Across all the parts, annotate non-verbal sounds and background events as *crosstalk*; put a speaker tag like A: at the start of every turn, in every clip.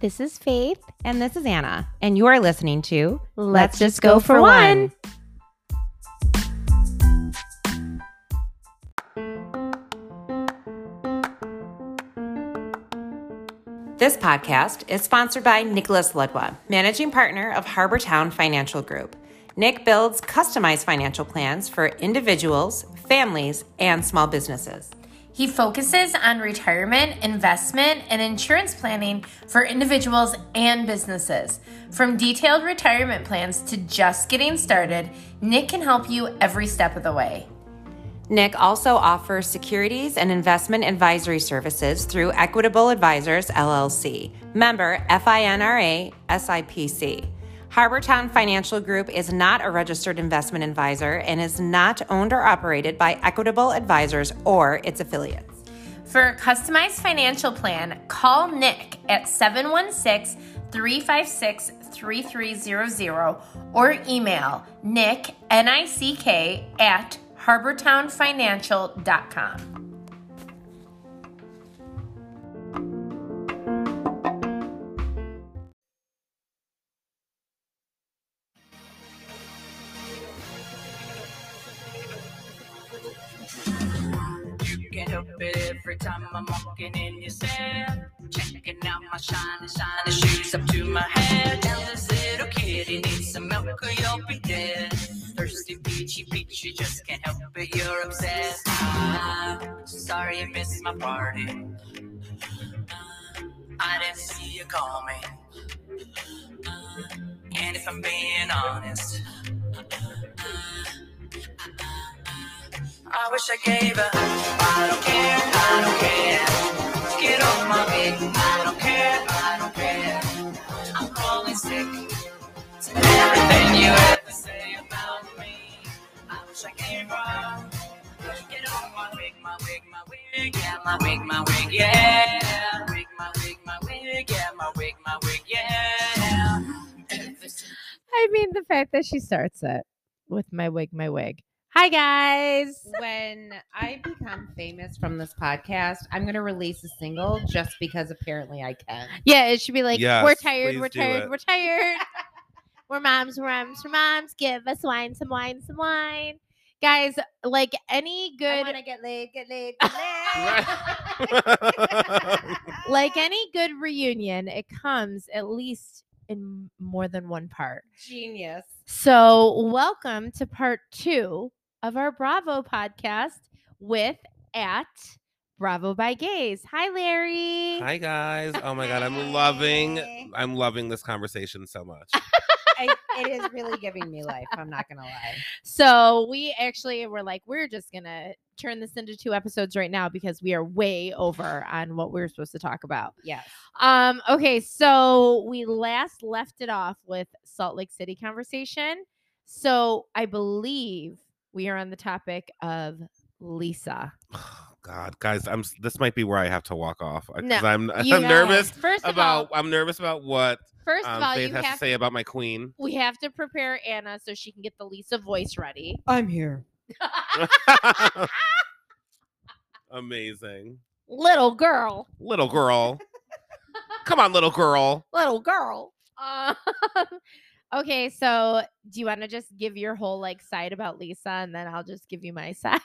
A: This is Faith. And this is Anna. And you are listening to
B: Let's Just Go For One.
A: This podcast is sponsored by Nicholas Ludwa, managing partner of Harbortown Financial Group. Nick builds customized financial plans for individuals, families, and small businesses.
B: He focuses on retirement, investment, and insurance planning for individuals and businesses. From detailed retirement plans to just getting started, Nick can help you every step of the way.
A: Nick also offers securities and investment advisory services through Equitable Advisors LLC, member FINRA SIPC. Harbortown Financial Group is not a registered investment advisor and is not owned or operated by Equitable Advisors or its affiliates.
B: For a customized financial plan, call Nick at 716 356 3300 or email nick, N-I-C-K, at harbortownfinancial.com.
C: Get help it every time I'm walking in your cell. Checking out my shiny, shiny shoes up to my hair. Now this little kitty needs some milk or you'll be dead. Thirsty peachy peachy, just can't help it, you're obsessed. I'm sorry you missed my party. Ah, I didn't see you call me. And if I'm being honest, I wish I gave a I don't care, I don't care. Get off my bed, I don't care, I don't care. I'm falling sick to everything you ever say about me. I wish I gave up. Get off my wig, my wig, my wig, yeah, my wig, my wig, yeah. Wig, my wig, my wig, yeah, my wig, my wig, yeah.
D: I mean, the fact that she starts it with my wig, my wig. Hi, guys.
A: When I become famous from this podcast, I'm going to release a single just because apparently I can.
D: Yeah, it should be like, we're
E: Yes,
D: tired, we're
E: please do
D: tired,
E: it."
D: we're tired. *laughs* we're moms, we're moms, we're moms. Give us wine, some wine, some wine. Guys, like any good,
B: get laid, get laid,
D: *laughs* like any good reunion, it comes at least in more than one part.
A: Genius.
D: So, welcome to part two of our Bravo podcast with at Bravo by Gays. Hi, Larry.
E: Hi guys. Oh my god, I'm loving I'm loving this conversation
D: *laughs*
E: so much.
A: I, it is really giving me life. I'm not going to lie.
D: So we actually were like, we're just gonna turn this into two episodes right now because we are way over on what we were supposed to talk about.
A: Yes.
D: Um, okay, so we last left it off with Salt Lake City conversation. So I believe we are on the topic of Lisa.
E: God, guys, I'm s- this might be where I have to walk off because
D: No,
E: I'm *laughs* I'm
D: You know,
E: nervous
D: First of
E: about
D: all,
E: I'm nervous about what
D: first of
E: um,
D: all,
E: Faith
D: you
E: has
D: have
E: to say about
D: *laughs*
E: my queen. *laughs*
D: we have to prepare Anna so she can get the Lisa voice ready.
A: I'm here.
E: Amazing.
D: Little girl.
E: Little girl. Come on, little girl.
D: little girl. Um, *laughs* okay, so do you want to just give your whole like side about Lisa, and then I'll just give you my *laughs* side?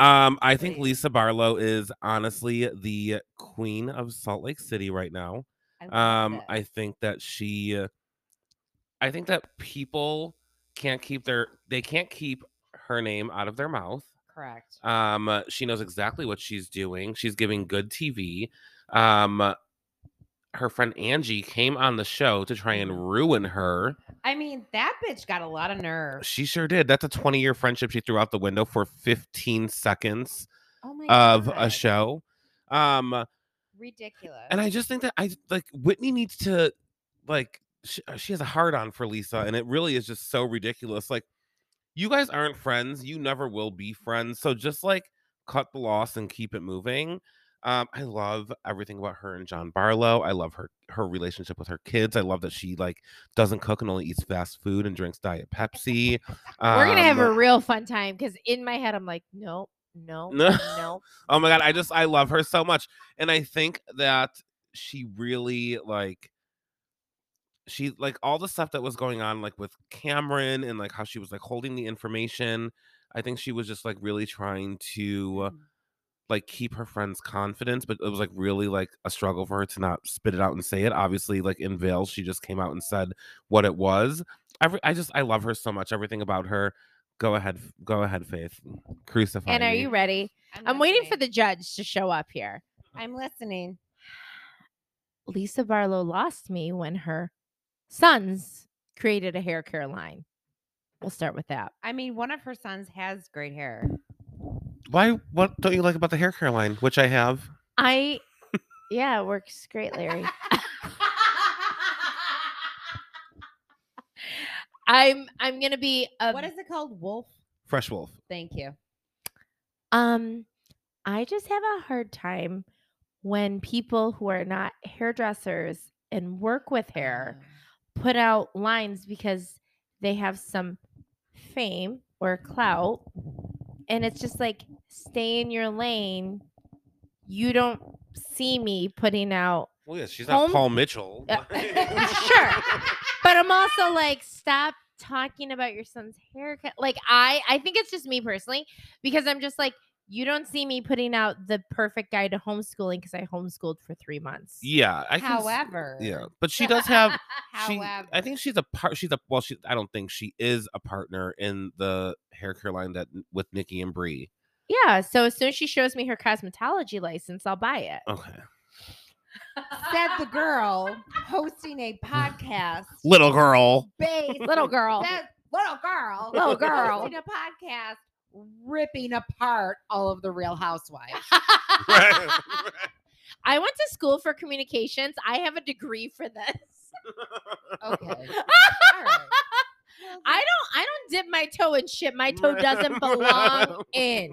E: Um, I think
A: Please.
E: Lisa Barlow is honestly the queen of Salt Lake City right now.
A: I love
E: um
A: it.
E: i think that she uh, i think that people can't keep their they can't keep her name out of their mouth
A: correct.
E: um uh, she knows exactly what she's doing she's giving good tv um uh, her friend angie came on the show to try
A: Mm-hmm.
E: and ruin her
A: I mean, that bitch got a lot of nerve.
E: she sure did that's a 20 year friendship she threw out the window for 15 seconds
A: Oh my
E: of a
A: God.
E: show um
A: Ridiculous.
E: and I just think that I like Whitney needs to like she, she has a hard on for Lisa, and it really is just so ridiculous. Like you guys aren't friends, you never will be friends. So just like cut the loss and keep it moving. Um, I love everything about her and John Barlow. I love her her relationship with her kids. I love that she like doesn't cook and only eats fast food and drinks diet Pepsi.
D: We're gonna have
E: Um,
D: a real fun time because in my head I'm like, no, no,
E: No.
D: no.
E: *laughs* Oh my god, I just I love her so much. And I think that she really like she like all the stuff that was going on like with Cameron and like how she was like holding the information. I think she was just like really trying to
D: Mm.
E: like keep her friend's confidence, but it was like really like a struggle for her to not spit it out and say it. Obviously, like in Veil, she just came out and said what it was. Every, I just I love her so much. Everything about her. Go ahead, f- go ahead, Faith. Crucify.
D: And are
E: me.
D: you ready? I'm waiting for the judge to show up here.
F: I'm listening.
D: Lisa Barlow lost me when her sons created a hair care line. We'll start with that.
F: I mean, one of her sons has great hair.
E: Why? What don't you like about the hair care line, which I have?
D: I, yeah, it works great,
F: *laughs*
D: Larry. I'm I'm gonna be a
F: What is it called? Wolf.
E: Fresh Wolf.
F: Thank you.
D: Um, I just have a hard time when people who are not hairdressers and work with hair
F: Um,
D: put out lines because they have some fame or clout. And it's just like, stay in your lane. You don't see me putting out,
E: Well, yeah, she's
D: Home-
E: not Paul Mitchell.
F: Uh,
E: *laughs*
D: Yeah. Uh, *laughs* Sure. but I'm also like, stop talking about your son's haircut. Like, I, I think it's just me personally because I'm just like, you don't see me putting out the perfect guide to homeschooling because I homeschooled for three months.
E: yeah, I can. s-
F: However,
E: Yeah, but she does
F: *laughs*
E: have. She,
F: However,
E: I think she's a part. She's a well. She. I don't think she is a partner in the hair care line that with Nikki and Bree.
D: Yeah. So as soon as she shows me her cosmetology license, I'll buy it.
E: Okay,
F: said the girl hosting a podcast.
E: *laughs* little *laughs* girl.
F: based
D: Little girl.
F: said, little girl,
D: Little girl.
F: *laughs* hosting a podcast ripping apart all of the Real
E: *laughs*
F: Housewives.
E: Right.
D: I went to school for communications. I have a degree for this.
F: Okay, all right. Well,
D: I don't I don't dip my toe in shit my toe doesn't belong
F: okay.
D: in.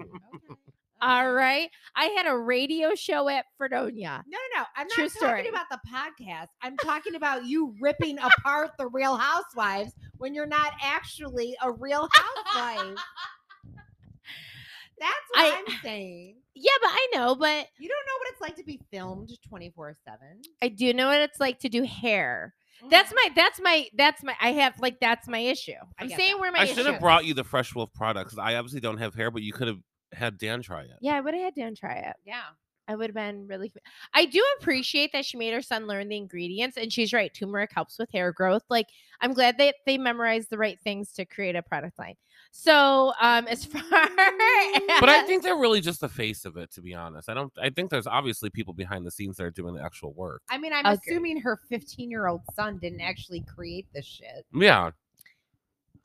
D: All right. I had a radio show at Fredonia.
F: No, no, no. I'm not
D: True
F: talking
D: story.
F: about the podcast. I'm talking about you ripping apart the Real Housewives when you're not actually a Real
D: *laughs*
F: Housewife. That's what
D: I-
F: I'm saying.
D: Yeah, but I know, but
F: You don't know what it's like to be filmed 24 7.
D: I do know what it's like to do hair. That's my that's my that's my I have like that's my issue. I'm
F: get
D: saying
F: that.
D: where my
E: I
D: issue
E: should have brought you the Fresh Wolf products. I obviously don't have hair, but you could have had Dan try it.
D: Yeah, I would have had Dan try it.
F: yeah.
D: I would have been really. f- I do appreciate that she made her son learn the ingredients, and she's right. Turmeric helps with hair growth. Like, I'm glad that they memorized the right things to create a product line. So, um, as *laughs*
F: Mm.
D: far
E: But I
D: *laughs*
F: *laughs*
D: as-
E: think they're really just the face of it, to be honest. I don't. I think there's obviously people behind the scenes that are doing the actual work.
F: I mean, I'm
D: Agreed.
F: assuming her 15 year old son didn't actually create this shit
E: Yeah,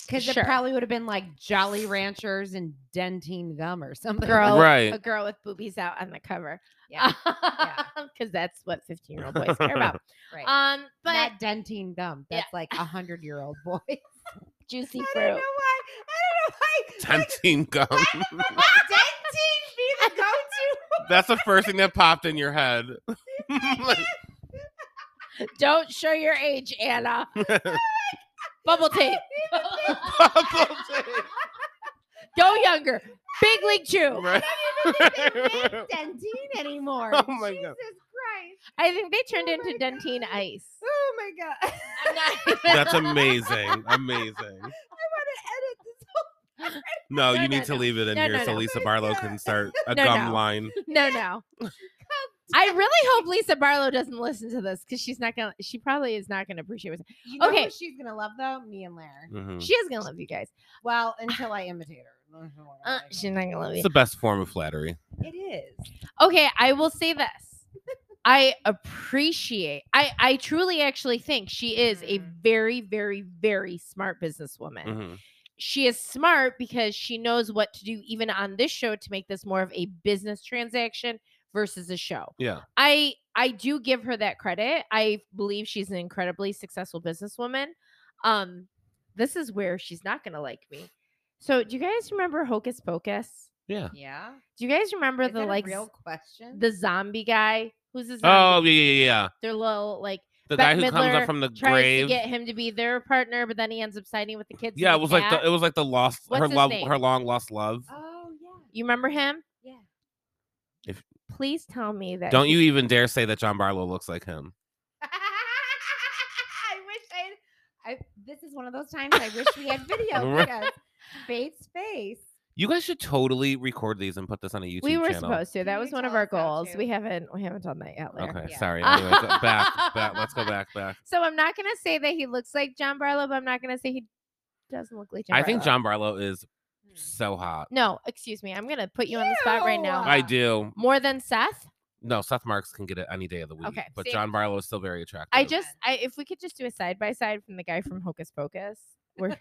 F: because
D: Sure.
F: it probably would have been like Jolly Ranchers and dentine gum or something.
D: Girl. Oh,
E: right.
D: a girl with boobies out on the cover, *laughs*
F: Yeah.
D: because that's what 15 year old boys care about.
F: *laughs* Right.
D: Um, but
F: Not dentine gum.
D: Yeah.
F: That's like a hundred year old
D: *laughs*
F: boy. *laughs* I
D: juicy
F: don't know why.
D: fruit.
F: I don't know why.
E: Tempting
D: *laughs*
E: gum. *laughs*
F: Like, *laughs* dentine be the go to.
E: That's the first thing that popped in
D: *laughs*
E: your head. *laughs* Like, *laughs*
D: Don't show your age, Anna.
E: oh
F: *laughs*
D: Bubble tape. *laughs*
E: bubble tape,
D: Go younger. Big league chew. *laughs*
E: right?
F: Dentine anymore.
E: Oh my
F: Jesus
E: God.
F: Christ.
D: I think they turned
F: Oh
D: into
F: my God.
D: dentine ice.
F: *laughs*
D: *laughs*
F: Oh my God.
D: I'm not- *laughs*
E: That's amazing. Amazing.
F: I want to edit this whole
E: No,
D: No,
E: you
D: no,
E: need to
D: no.
E: leave it in
D: No,
E: here
D: no,
E: so
D: no.
E: Lisa Barlow can start a
D: No,
E: gum
D: no.
E: line.
D: No, no.
F: *laughs*
D: I really hope Lisa Barlow doesn't listen to this because she's not gonna. She probably is not gonna appreciate what's.
F: You know
D: Okay.
F: who she's gonna love though? Me and Lair.
E: Mhm.
D: She is gonna love you guys.
F: Well, until I imitate her. Then she'll
D: Uh,
F: like
D: she's not gonna love you.
E: It's the best form of flattery.
F: it. it is.
D: Okay, I will say this. I appreciate. I I truly actually think she is a
F: Mhm.
D: very very very smart businesswoman.
E: Mhm.
D: She is smart because she knows what to do even on this show to make this more of a business transaction versus a show.
E: Yeah.
D: I I do give her that credit. I believe she's an incredibly successful businesswoman. Um, this is where she's not gonna like me. So, do you guys remember Hocus Pocus?
E: Yeah.
F: Yeah.
D: Do you guys remember
F: Is
D: the
F: that a
D: like
F: real
D: z-
F: question.
D: the zombie guy who's a
E: Oh, yeah,
D: zombie?
E: yeah, yeah, yeah.
D: Their little like
E: The guy
D: Bette
E: who comes
D: Midler
E: up from the
D: tries to
E: grave.
D: get him to be their partner, but then he ends up siding with the kids. and
E: Yeah,
D: the
E: it was like
D: cat.
E: the, it was like the lost
D: What's
E: her
D: his
E: love
D: name?
E: her long lost love.
F: oh yeah.
D: you remember him?
F: Yeah.
E: If-
D: please tell me that.
E: Don't
D: he-
E: you even dare say that John Barlow looks like him.
D: *laughs* I wish I. I. This is one of those times I wish
F: *laughs*
D: we had video
E: Right.
D: because Bates' face.
E: You guys should totally record these and put this on a YouTube
D: we were
E: channel.
D: supposed to. That
B: you
D: was one of
B: tell
D: our
B: us how
D: goals.
B: to?
D: We haven't. We haven't done that yet. Later.
E: Okay,
D: Yeah. *laughs*
E: sorry. Anyway, go back, back. Let's go back, back.
D: So I'm not gonna say that he looks like John Barlow, but I'm not gonna say he doesn't look like John.
E: I think
D: Barlow.
E: John Barlow is
D: Mm.
F: Hmm,
E: *laughs* so hot.
D: No, excuse me. I'm gonna put you on the spot right now.
E: I do.
D: More than Seth.
E: No, Seth Marks can get it any day of the week.
D: Okay,
E: but
D: see-
E: John Barlow is still very attractive.
D: I just, I if we could just do a side by side from the guy from Hocus Pocus. We're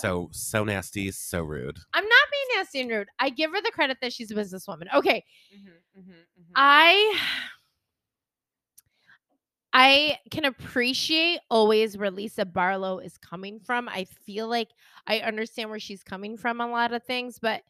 E: so so nasty, so rude.
D: I'm not being nasty and rude. I give her the credit that she's a businesswoman. Okay, mm-hmm.
B: Mm-hmm.
F: Uh,
D: I I can appreciate always where Lisa Barlow is coming from. I feel like I understand where she's coming from a lot of things, but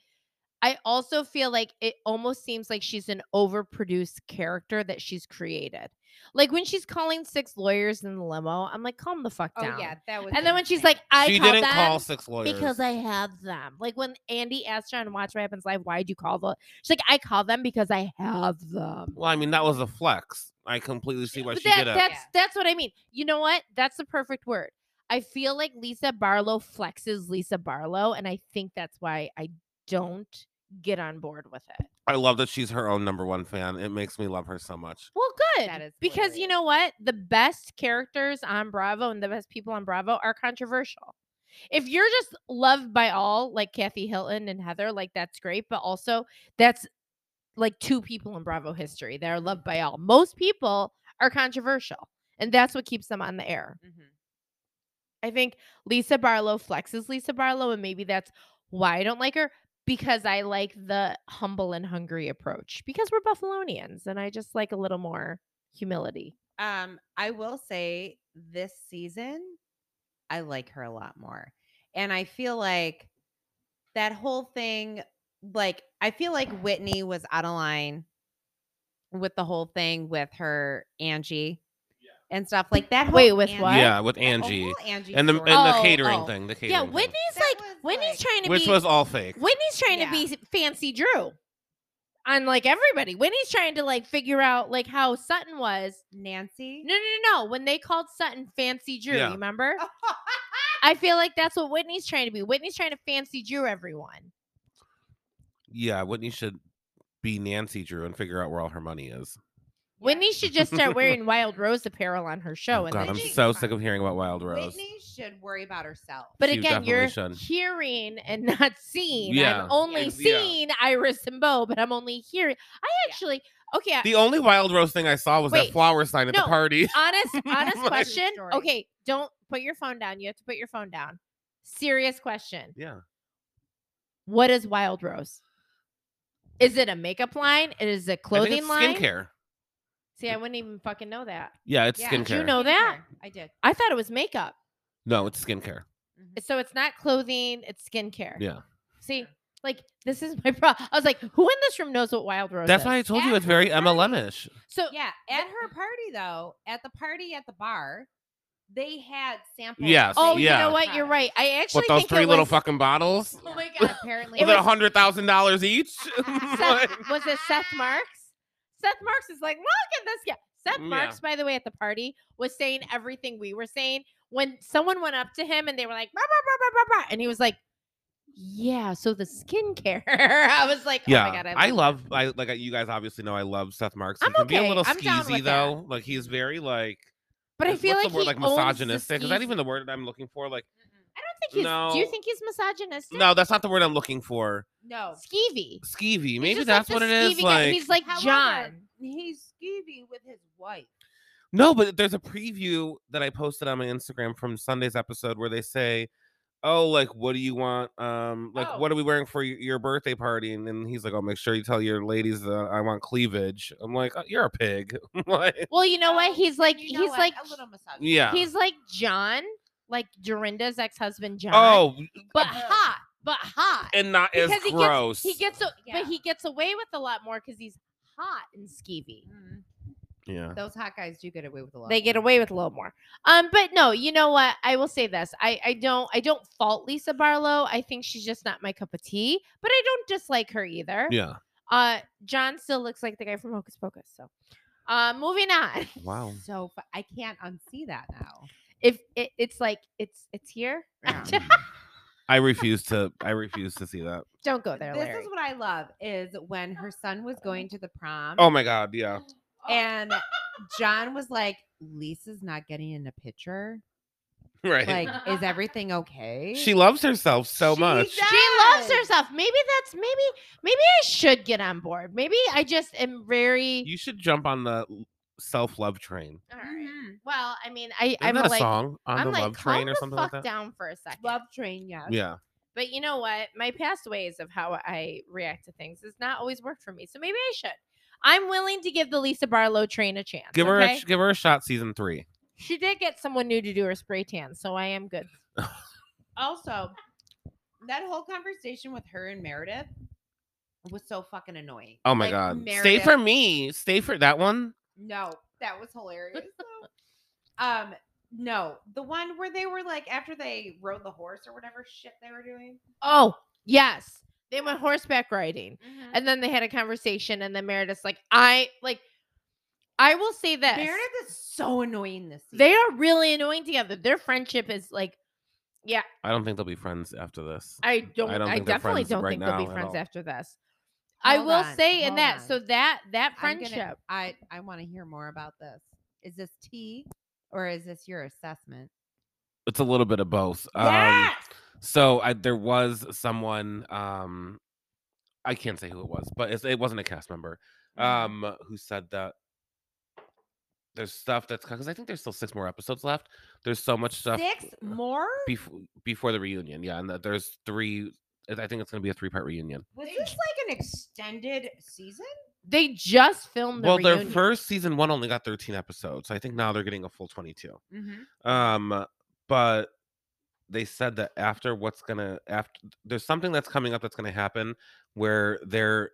D: I also feel like it almost seems like she's an overproduced character that she's created. Like when she's calling six lawyers in the limo, I'm like, calm the fuck
B: Oh
D: down.
B: yeah, that was.
D: And then when she's like, I
E: she
D: called
E: didn't
D: them
E: call six lawyers.
D: because I have them. Like when Andy asked her on Watch What Happens Live, why'd you call the? She's like, I call them because I have them.
E: well, I mean, that was a flex. I completely see why
D: But
E: she
D: that,
E: did it.
D: that's that's what I mean. You know what? That's the perfect word. I feel like Lisa Barlow flexes Lisa Barlow, and I think that's why I don't get on board with it.
E: I love that she's her own number one fan. It makes me love her so much.
D: Well, good.
B: That is
D: because you
B: hilarious.
D: know what? The best characters on Bravo and the best people on Bravo are controversial. If you're just loved by all, like Kathy Hilton and Heather, like that's great. But also, that's like two people in Bravo history that are loved by all. Most people are controversial, and that's what keeps them on the air.
B: Mm-hmm.
D: I think Lisa Barlow flexes Lisa Barlow, and maybe that's why I don't like her because I like the humble and hungry approach because we're Buffalonians, and I just like a little more humility.
F: Um, I will say this season, I like her a lot more. And I feel like that whole thing, like, I feel like Whitney was out of line with the whole thing with her Angie and stuff like that. whole
D: Wait, with What?
E: Yeah, with
F: the whole
E: Angie
F: Angie
E: and the
F: story.
E: and the
D: Oh,
E: catering
D: oh.
E: thing. The catering.
D: Yeah,
E: thing,
D: Whitney's
F: That
D: like
F: was,
D: Whitney's
F: like-
D: trying to
E: which
D: be
E: was all fake.
D: Whitney's trying
F: Yeah.
D: to be fancy Drew, unlike everybody. Whitney's trying to like figure out like how Sutton was. *laughs*
F: Nancy. *laughs*
D: No, no, no, no. When they called Sutton fancy Drew,
E: Yeah.
D: you remember? I feel like that's what Whitney's trying to be. Whitney's trying to fancy Drew everyone.
E: yeah, Whitney should be Nancy Drew and figure out where all her money is.
D: Whitney should just
E: *laughs*
D: start wearing Wild Rose apparel on her show.
E: Oh,
D: and
E: God,
D: then
E: I'm
D: she-
F: Whitney-
E: so sick of hearing about Wild Rose.
F: Whitney should worry about herself.
D: but
E: she
D: again,
E: definitely
D: you're
E: should.
D: hearing and not seeing.
E: Yeah.
D: I'm only
E: Ex- yeah.
D: seeing Iris and Bo, but I'm only hearing. I
F: Yeah.
D: actually, okay, I-
E: The only Wild Rose thing I saw was
D: Wait,
E: that flower sign at
D: no,
E: the party. *laughs*
D: honest, honest
E: Like-
D: question.
F: True story.
D: Okay, don't put your phone down. You have to put your phone down. Serious question.
E: Yeah.
D: What is Wild Rose? Is it a makeup line? It is a
E: I think
D: clothing
E: it's
D: line.
E: Skincare.
D: See, I wouldn't even fucking know that.
E: Yeah, it's
F: Yeah.
E: skincare.
D: Did you know that?
F: I did.
D: I thought it was makeup.
E: No, it's skincare.
D: So it's not clothing, it's skincare.
E: Yeah.
D: See, like this is my problem. I was like, who in this room knows what Wild Rose
E: That's
D: is?
E: why I told you it's very Emma Lemish.
D: so
F: Yeah, at her party though, at the party at the bar, they had samples.
E: Yes,
D: Oh,
E: yeah.
D: you know what? You're right. I actually
E: With those
D: think it
E: three little
D: was-
E: fucking bottles?
D: Oh
E: *laughs*
D: my god!
F: *laughs* Apparently,
D: *laughs* It
E: Was it
D: was- oh
E: hundred thousand
D: *laughs*
E: dollars each? *laughs* Like-
D: Seth, was it Seth Marks? Seth Marks is like, look at this guy. Seth
E: Mm, Yeah.
D: Marks, by the way, at the party was saying everything we were saying. When someone went up to him and they were like, "Bah, bah, bah, bah, bah, bah," and he was like, yeah. So the skincare. *laughs* I was like, oh
E: yeah,
D: my god, I,
E: I love. I like. You guys obviously know I love Seth Marks. He
D: I'm
E: can be
D: okay.
E: a little
D: I'm down
E: skeezy
D: with that.
E: though. Like he's very like.
D: But I
E: is-
D: feel
E: what's
D: like
E: the word
D: he
E: like
D: owns the
E: misogynistic. Is that
D: skis-
E: even the word that I'm looking for? Like,
D: I don't think he's. Do you
E: No.
D: think he's misogynistic?
E: no, that's not the word I'm looking for.
F: no.
D: Skeevy.
E: Skeevy.
D: He's
E: Maybe
D: just like
E: that's
D: the
E: what it is.
D: skeevy guy.
E: Like,
D: he's like
F: However,
D: John.
F: He's skeevy with his wife.
E: No, but there's a preview that I posted on my Instagram from Sunday's episode where they say, "Oh, like what do you want? Um, like
F: Oh.
E: what are we wearing for y- your birthday party?" And then he's like, "Oh, make sure you tell your ladies that I want cleavage." I'm like, oh, "You're a pig." *laughs* like,
D: Well, you know what?
F: Oh,
D: He's like
F: You know
D: he's
F: what? Oh,
D: like
F: a little massage.
E: yeah.
D: he's like John, like Dorinda's ex-husband John.
E: oh,
D: but
F: Uh,
D: hot, but hot.
E: and not as
D: he
E: gross.
D: gets he gets a,
F: Yeah.
D: but he gets away with a lot more because he's hot and skeevy.
F: Mhm.
E: yeah.
F: Those hot guys do get away with a lot.
D: They get away with a little more. Um, but no, you know what? I will say this. I I don't I don't fault Lisa Barlow. I think she's just not my cup of tea, but I don't dislike her either.
E: Yeah.
D: Uh, John still looks like the guy from Hocus Pocus. So, uh, moving on. *laughs*
E: Wow.
A: So fu- I can't unsee that now.
D: If it, it's like it's it's here,
A: Yeah.
E: I refuse to. I refuse to see that.
D: don't go there,
A: this
D: Larry.
A: is what I love is when her son was going to the prom
E: Oh my god. Yeah. *laughs*
A: and John was like, Lisa's not getting in a picture.
E: Right.
A: Like, *laughs* is everything okay?
E: she loves herself so
A: She
E: much.
A: does.
D: she loves
A: Yes.
D: herself. Maybe that's maybe maybe I should get on board. Maybe I just am very.
E: You should jump on the self love train.
D: All right.
A: Mm-hmm.
D: Well, I mean, I
E: Isn't
D: I'm
E: that a
D: like
E: song on
D: I'm
E: the
D: like
E: love
D: calm
E: train or
D: the
E: something like
D: fuck
E: that?
D: down for a second.
A: love train, yes.
E: Yeah.
D: But you know what? My past ways of how I react to things has not always worked for me. So maybe I should. I'm willing to give the Lisa Barlow train a chance.
E: Give her
D: okay?
E: a, sh- give her a shot. Season three.
D: She did get someone new to do her spray tan, so I am
E: *laughs*
D: good.
A: Also, that whole conversation with her and Meredith was so fucking annoying.
E: Oh my
A: Like,
E: god. Stay
A: Meredith-
E: for me. Stay for that one.
A: No, that was hilarious. though. um, no, the one where they were like after they rode the horse or whatever shit they were doing.
D: Oh, yes. They went horseback riding.
A: Mm-hmm.
D: And then they had a conversation, and then Meredith's like, I like I will say this.
A: Meredith is so annoying this.
D: they
A: season.
D: are really annoying together. Their friendship is like
E: I don't think they'll be friends after this.
D: I don't. I,
E: don't think they're
D: definitely
E: friends
D: don't
E: right
D: think they'll
E: now
D: be
E: at
D: friends
E: all.
D: after this. I
A: Hold
D: will
A: on,
D: say in
A: hold
D: that
A: on.
D: so that that
A: I'm gonna-
D: friendship.
A: I I want to hear more about this. Is this tea or is this your assessment?
E: It's a little bit of both. Um, so I, there was someone. Um, I can't say who it was, but it's, it wasn't a cast member.
D: Mm.
E: Um, who said that there's stuff that's because I think there's still six more episodes left. There's so much stuff.
A: Six more?
E: before before the reunion. Yeah, and that there's three. I think it's going to be a three part reunion.
A: Was this like an extended season?
D: they just filmed the
E: well,
D: reunion.
E: their first season one only got 13 episodes. I think now they're getting a full 22.
D: Mm-hmm.
E: Um, but they said that after what's gonna after there's something that's coming up that's gonna happen where they're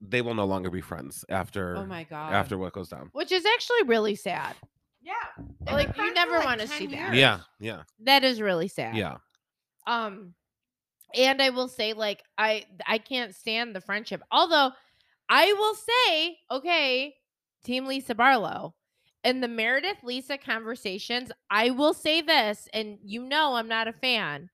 E: they will no longer be friends after
A: Oh my god.
E: after what goes down.
D: which is actually really sad.
A: Yeah.
D: Well, like, you never wanna see that.
E: Yeah, yeah,
D: That is really sad.
E: yeah.
D: Um and I will say like I I can't stand the friendship. Although I will say, okay, team Lisa Barlow and the Meredith Lisa conversations, I will say this and you know I'm not a fan.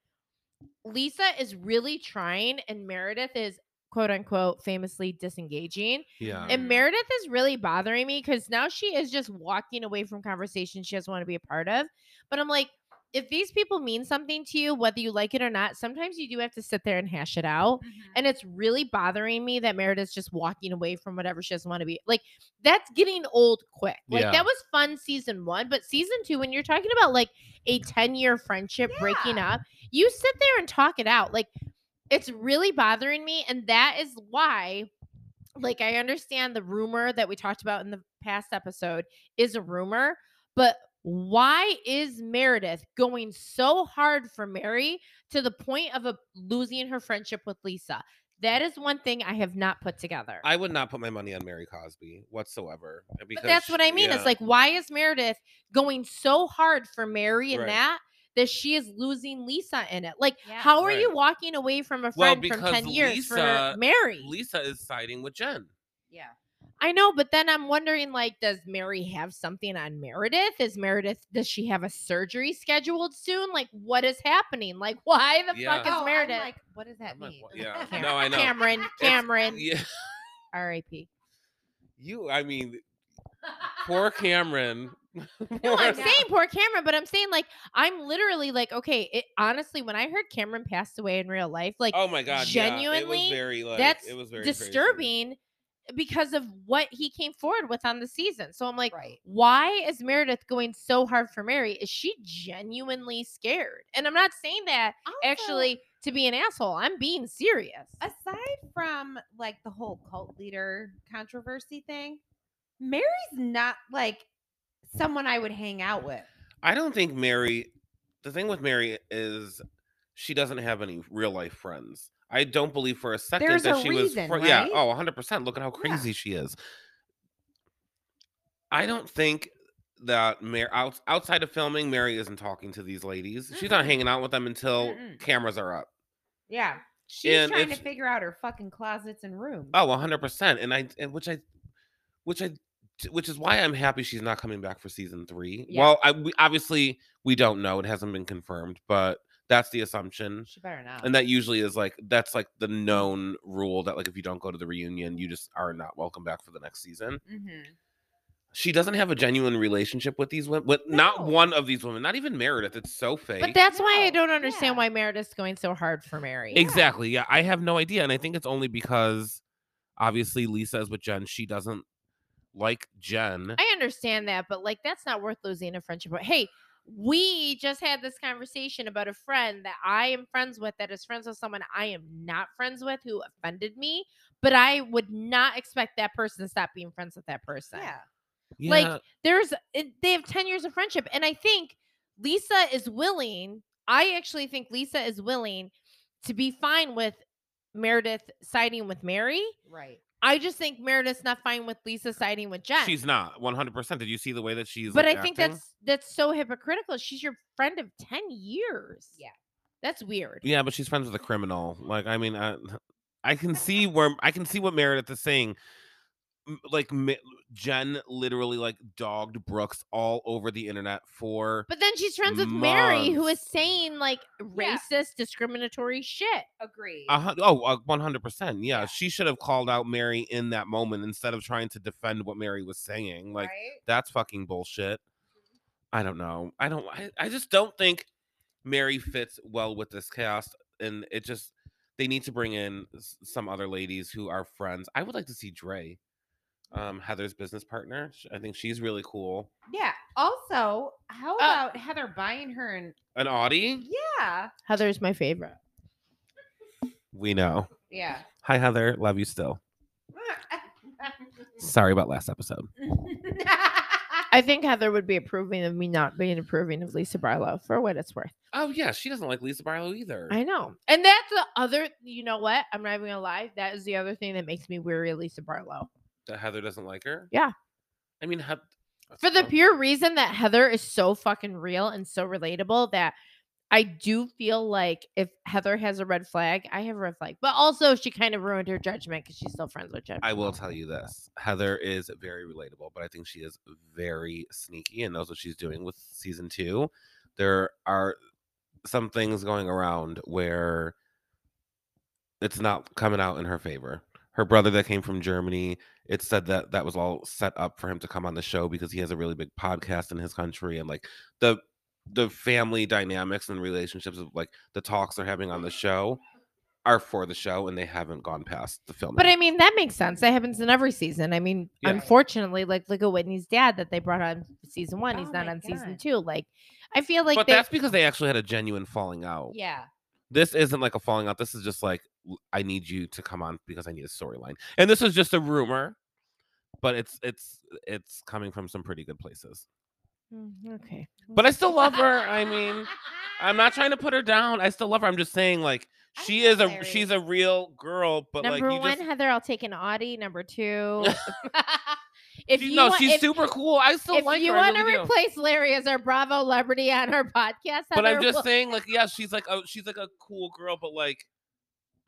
D: Lisa is really trying and Meredith is quote unquote famously disengaging.
E: Yeah.
D: And Meredith is really bothering me because now she is just walking away from conversations she doesn't want to be a part of. But I'm like, if these people mean something to you, whether you like it or not, sometimes you do have to sit there and hash it out.
C: Mm-hmm.
D: And it's really bothering me that Meredith's just walking away from whatever she doesn't want to be. Like, that's getting old quick. Like,
E: Yeah.
D: that was fun season one, but season two, when you're talking about like a 10 year friendship breaking up, you sit there and talk it out. Like, it's really bothering me. And that is why like I understand the rumor that we talked about in the past episode is a rumor, but why is Meredith going so hard for Mary to the point of a, losing her friendship with Lisa? That is one thing I have not put together.
E: I would not put my money on Mary Cosby whatsoever. Because
D: but that's what I mean.
E: yeah.
D: It's like why is Meredith going so hard for Mary in
E: Right.
D: that that she is losing Lisa in it? Like how are you
E: Right.
D: walking away from a
E: Well,
D: friend from
E: because
D: 10 years
E: Lisa-
D: for Mary?
E: Lisa is siding with Jen.
A: Yeah.
D: I know, but then I'm wondering like, does Mary have something on Meredith? Is Meredith, does she have a surgery scheduled soon? Like, what is happening? Like, *laughs* why the
E: Yeah.
D: fuck is Meredith?
A: Oh, like, what does that
E: I'm like,
A: mean? *laughs*
E: "What- yeah,
D: *laughs* Cameron-
E: no, I know. *laughs*
D: Cameron, Cameron,
E: Yeah, *laughs*
D: R.I.P.
E: you. I mean,
A: *laughs*
E: poor Cameron. *laughs*
D: No, I'm
E: Poor-
D: saying poor Cameron, but I'm saying like, I'm literally like, okay, it, honestly, when I heard Cameron passed away in real life, like,
E: oh my god, yeah, it
D: genuinely,
E: was very like
D: that's
E: it was very crazy.
D: disturbing because of what he came forward with on the season. So I'm like,
A: right.
D: why is Meredith going so hard for Mary? Is she genuinely scared? And I'm not saying that actually to be an asshole. I'm being serious.
A: aside from like the whole cult leader controversy thing, Mary's not like someone I would hang out with.
E: I don't think Mary. The thing with Mary is she doesn't have any real life friends. I don't believe for a second
A: There's
E: that
A: a
E: she
A: reason,
E: was. fr- Yeah.
A: right?
E: Oh, 100 percent. Look at how crazy she is. I don't think that Mary out, outside of filming, Mary isn't talking to these ladies. She's not
A: Mm-mm.
E: hanging out with them until
A: Mm-mm.
E: cameras are up.
A: Yeah. She's
E: And
A: trying to
E: if-
A: figure out her fucking closets and rooms.
E: Oh, 100 percent. And I and which I which I which is why I'm happy she's not coming back for season three.
D: Yeah.
E: Well, I we, obviously we don't know; it hasn't been confirmed, but that's the assumption.
A: she better not.
E: And that usually is like that's like the known rule that like if you don't go to the reunion, you just are not welcome back for the next season.
D: Mm-hmm.
A: Mhm.
E: She doesn't have a genuine relationship with these women, with not
A: No.
E: one of these women, not even Meredith. It's so fake.
D: But that's why I
A: No,
D: don't understand
A: yeah.
D: why Meredith's going so hard for Mary.
E: Exactly. Yeah, I have no idea, and I think it's only because obviously Lisa is with Jen. She doesn't like Jen.
D: I understand that, but like that's not worth losing a friendship. But hey, we just had this conversation about a friend that I am friends with that is friends with someone I am not friends with who offended me, but I would not expect that person to stop being friends with that person.
A: Yeah.
D: like, There's it, they have 10 years of friendship and I think Lisa is willing. I actually think Lisa is willing to be fine with Meredith siding with Mary.
A: Right.
D: I just think Meredith's not fine with Lisa siding with Jen.
E: she's not 100. percent Did you see the way that she's?
D: But
E: like,
D: I think
E: acting?
D: that's that's so hypocritical. She's your friend of ten years.
A: Yeah.
D: that's weird.
E: yeah, but she's friends with a criminal. Like, I mean, I, *laughs* I can see where I can see what Meredith is saying. M- Like Mi- Jen literally like dogged Brooks all over the internet for
D: But then she's friends with Mary, who is
E: Months.
D: saying like racist, discriminatory shit.
A: Agreed.
E: Uh, oh, uh, 100%. Yeah,
A: Yeah.
E: she should have called out Mary in that moment instead of trying to defend what Mary was saying. Like,
A: right?
E: that's fucking bullshit. I don't know. I don't, I, I just don't think Mary fits well with this cast. And it just, they need to bring in s- some other ladies who are friends. I would like to see Dre, um, Heather's business partner. Sh- I think she's really cool.
A: Yeah. Also,
D: Uh,
A: how about Heather buying her and
E: An Audie?
A: yeah,
D: Heather's my favorite.
E: We know.
A: yeah.
E: Hi, Heather. Love you still. Sorry about last episode.
D: I think Heather would be approving of me not being approving of Lisa Barlow for what it's worth.
E: Oh, yeah. She doesn't like Lisa Barlow either.
D: I know, and that's the other. You know what? I'm not even gonna lie. That is the other thing that makes me weary of Lisa Barlow
E: that Heather doesn't like her?
D: Yeah.
E: I mean, Heath-
D: for the
E: oh,
D: pure reason that Heather is so fucking real and so relatable that I do feel like if Heather has a red flag, I have a red flag. But also, she kind of ruined her judgment because she's still friends with Jen.
E: I will tell you this. Heather is very relatable, but I think she is very sneaky and knows what she's doing with season two. There are some things going around where it's not coming out in her favor. Her brother that came from Germany, it said that that was all set up for him to come on the show because he has a really big podcast in his country and like the the family dynamics and relationships of like the talks they're having on the show are for the show and they haven't gone past the film.
D: But I mean, that makes sense. That happens in every season. I mean,
E: Yeah.
D: unfortunately, like look at Whitney's dad that they brought on season one. He's
A: Oh
D: not
A: my
D: on season
A: God.
D: two. Like, I feel like
E: but
D: they.
E: that's because they actually had a genuine falling out.
A: yeah.
E: This isn't like a falling out. This is just like "L- I need you to come on because I need a storyline. And this is just a rumor, but it's it's it's coming from some pretty good places.
D: Mm, okay.
E: But I still love her. I mean, I'm not trying to put her down. I still love her. I'm just saying like
A: I
E: she
A: love
E: is a
A: Larry.
E: she's a real girl, but
D: Number
E: like you
D: one,
E: just
D: Heather, I'll take an Audi. Number two,
E: *laughs*
D: *laughs* if
E: she-
D: you
E: no,
D: wa-
E: she's
D: if-
E: super cool. I still
D: if
E: like
D: you
E: her. I
D: want to
E: really do.
D: replace Larry as our Bravo celebrity on our podcast,
E: but
D: Heather,
E: I'm just
D: we'll-
E: saying like yeah, she's like a she's like a cool girl, but like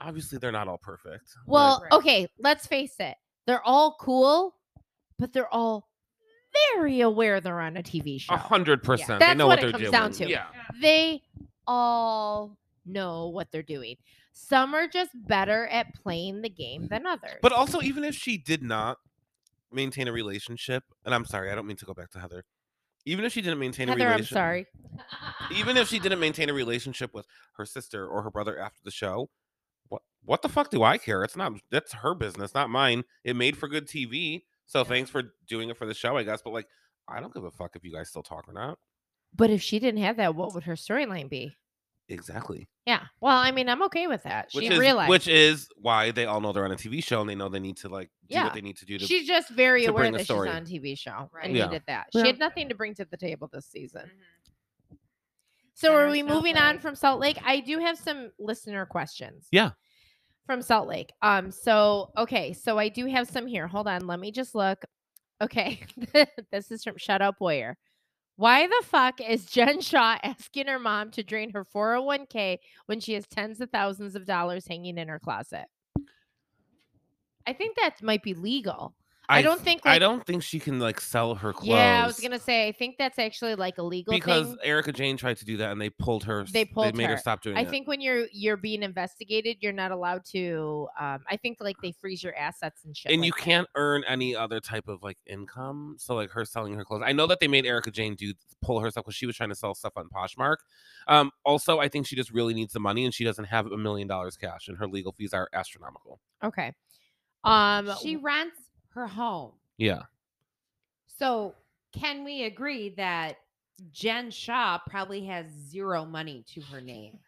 E: obviously they're not all perfect. Like,
D: Well,
A: Right.
D: okay, let's face it. They're all cool, but they're all very aware they're on a TV show.
E: A hundred percent. They
D: That's
E: know
D: what
E: what,
D: it
E: they're
D: comes down to.
E: doing. Yeah.
D: They all know what they're doing. Some are just better at playing the game than others.
E: But also, even if she did not maintain a relationship, and I'm sorry, I don't mean to go back to Heather. Even if she didn't maintain a
D: Heather, I'm
E: relationship,
D: sorry.
E: Even if she didn't maintain a relationship with her sister or her brother after the show, what what the fuck do I care? It's not that's her business, not mine. It made for good TV, so thanks for doing it for the show, I guess. But like, I don't give a fuck if you guys still talk or not.
D: But if she didn't have that, what would her storyline be?
E: Exactly.
D: Yeah. Well, I mean, I'm okay with that. She
E: Which is
D: realized
E: which is why they all know they're on a TV show and they know they need to like do
D: Yeah.
E: what they need to do to
D: she's just very
E: to
D: aware
E: bring
D: that
E: a
D: she's
E: story.
D: on a TV show
A: Right.
D: and
E: Yeah.
D: needed that.
A: Yeah.
D: She had nothing to bring to the table this season. So
A: Center
D: are we
A: Salt
D: moving on
A: Lake.
D: from Salt Lake? I do have some listener questions.
E: Yeah.
D: From Salt Lake. Um so okay, so I do *laughs* have some here. Hold on, let me just look. Okay. this is from Shut Up Boyer. Why the fuck is Jen Shaw *laughs* asking her mom to drain her 401k when she has tens of thousands of dollars hanging in her closet? I think that might be legal. I don't
E: th-
D: think,
E: I
D: like-
E: don't think she can like sell her clothes.
D: Yeah, I was gonna say I think that's actually like a legal
E: because
D: thing.
E: Erica Jane tried to do that and they pulled her.
D: They
E: s-
D: pulled
E: They made her,
D: her.
E: stop doing
D: I
E: it.
D: think when you're you're being investigated, you're not allowed to. Um, I think like they freeze your assets and shit.
E: and you
D: like that.
E: can't earn any other type of like income. So like her selling her clothes. I know that they made Erica Jane do pull herself because she was trying to sell stuff on Poshmark. Um, also, I think she just really needs the money and she doesn't have a million dollars cash and her legal fees are astronomical.
D: Okay. Um,
A: *laughs* she rents her home.
E: Yeah.
A: So can we agree that Jen Shaw probably has zero money to her name?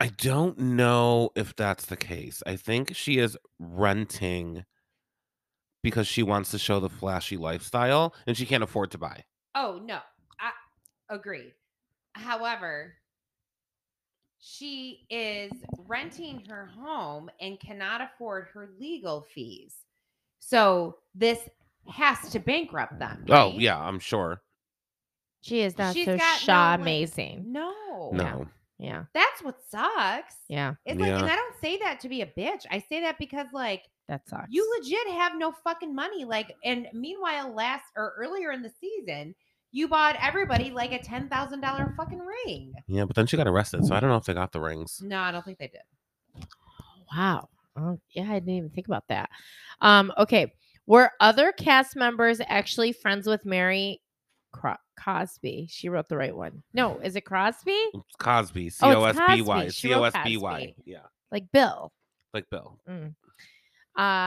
E: I don't know if that's the case. I think she is renting because she wants to show the flashy lifestyle and she can't afford to buy.
A: Oh no, I agreed. However, she is renting her home and cannot afford her legal fees. So this has to bankrupt them.
E: Oh,
A: right?
E: yeah, I'm sure.
D: she is not
A: she's
D: so
A: got no
D: Shaw
A: way-
D: amazing.
A: No.
E: No.
D: Yeah,
A: That's what sucks.
D: yeah,
A: It's like, and
E: Yeah.
A: I don't say that to be a bitch. I say that because, like,
D: that sucks.
A: you legit have no fucking money. Like, and meanwhile, last or earlier in the season, you bought everybody like a ten thousand dollar fucking ring.
E: Yeah, but then she got arrested. So I don't know if they got the
D: Mm.
E: rings.
A: No, I don't think they did.
D: Wow. Oh, yeah, I didn't even think about that. Um, okay. Were other cast members actually friends with Mary Cro- Cosby? She wrote the right one. No, is it Crosby?
E: Mm. Cosby, C O
D: Oh,
E: S
D: it's
E: B Y,
D: Cosby. She
E: C O
D: wrote
E: S B Y.
D: Cosby.
E: Yeah,
D: Like Bill.
E: like Bill.
D: Um,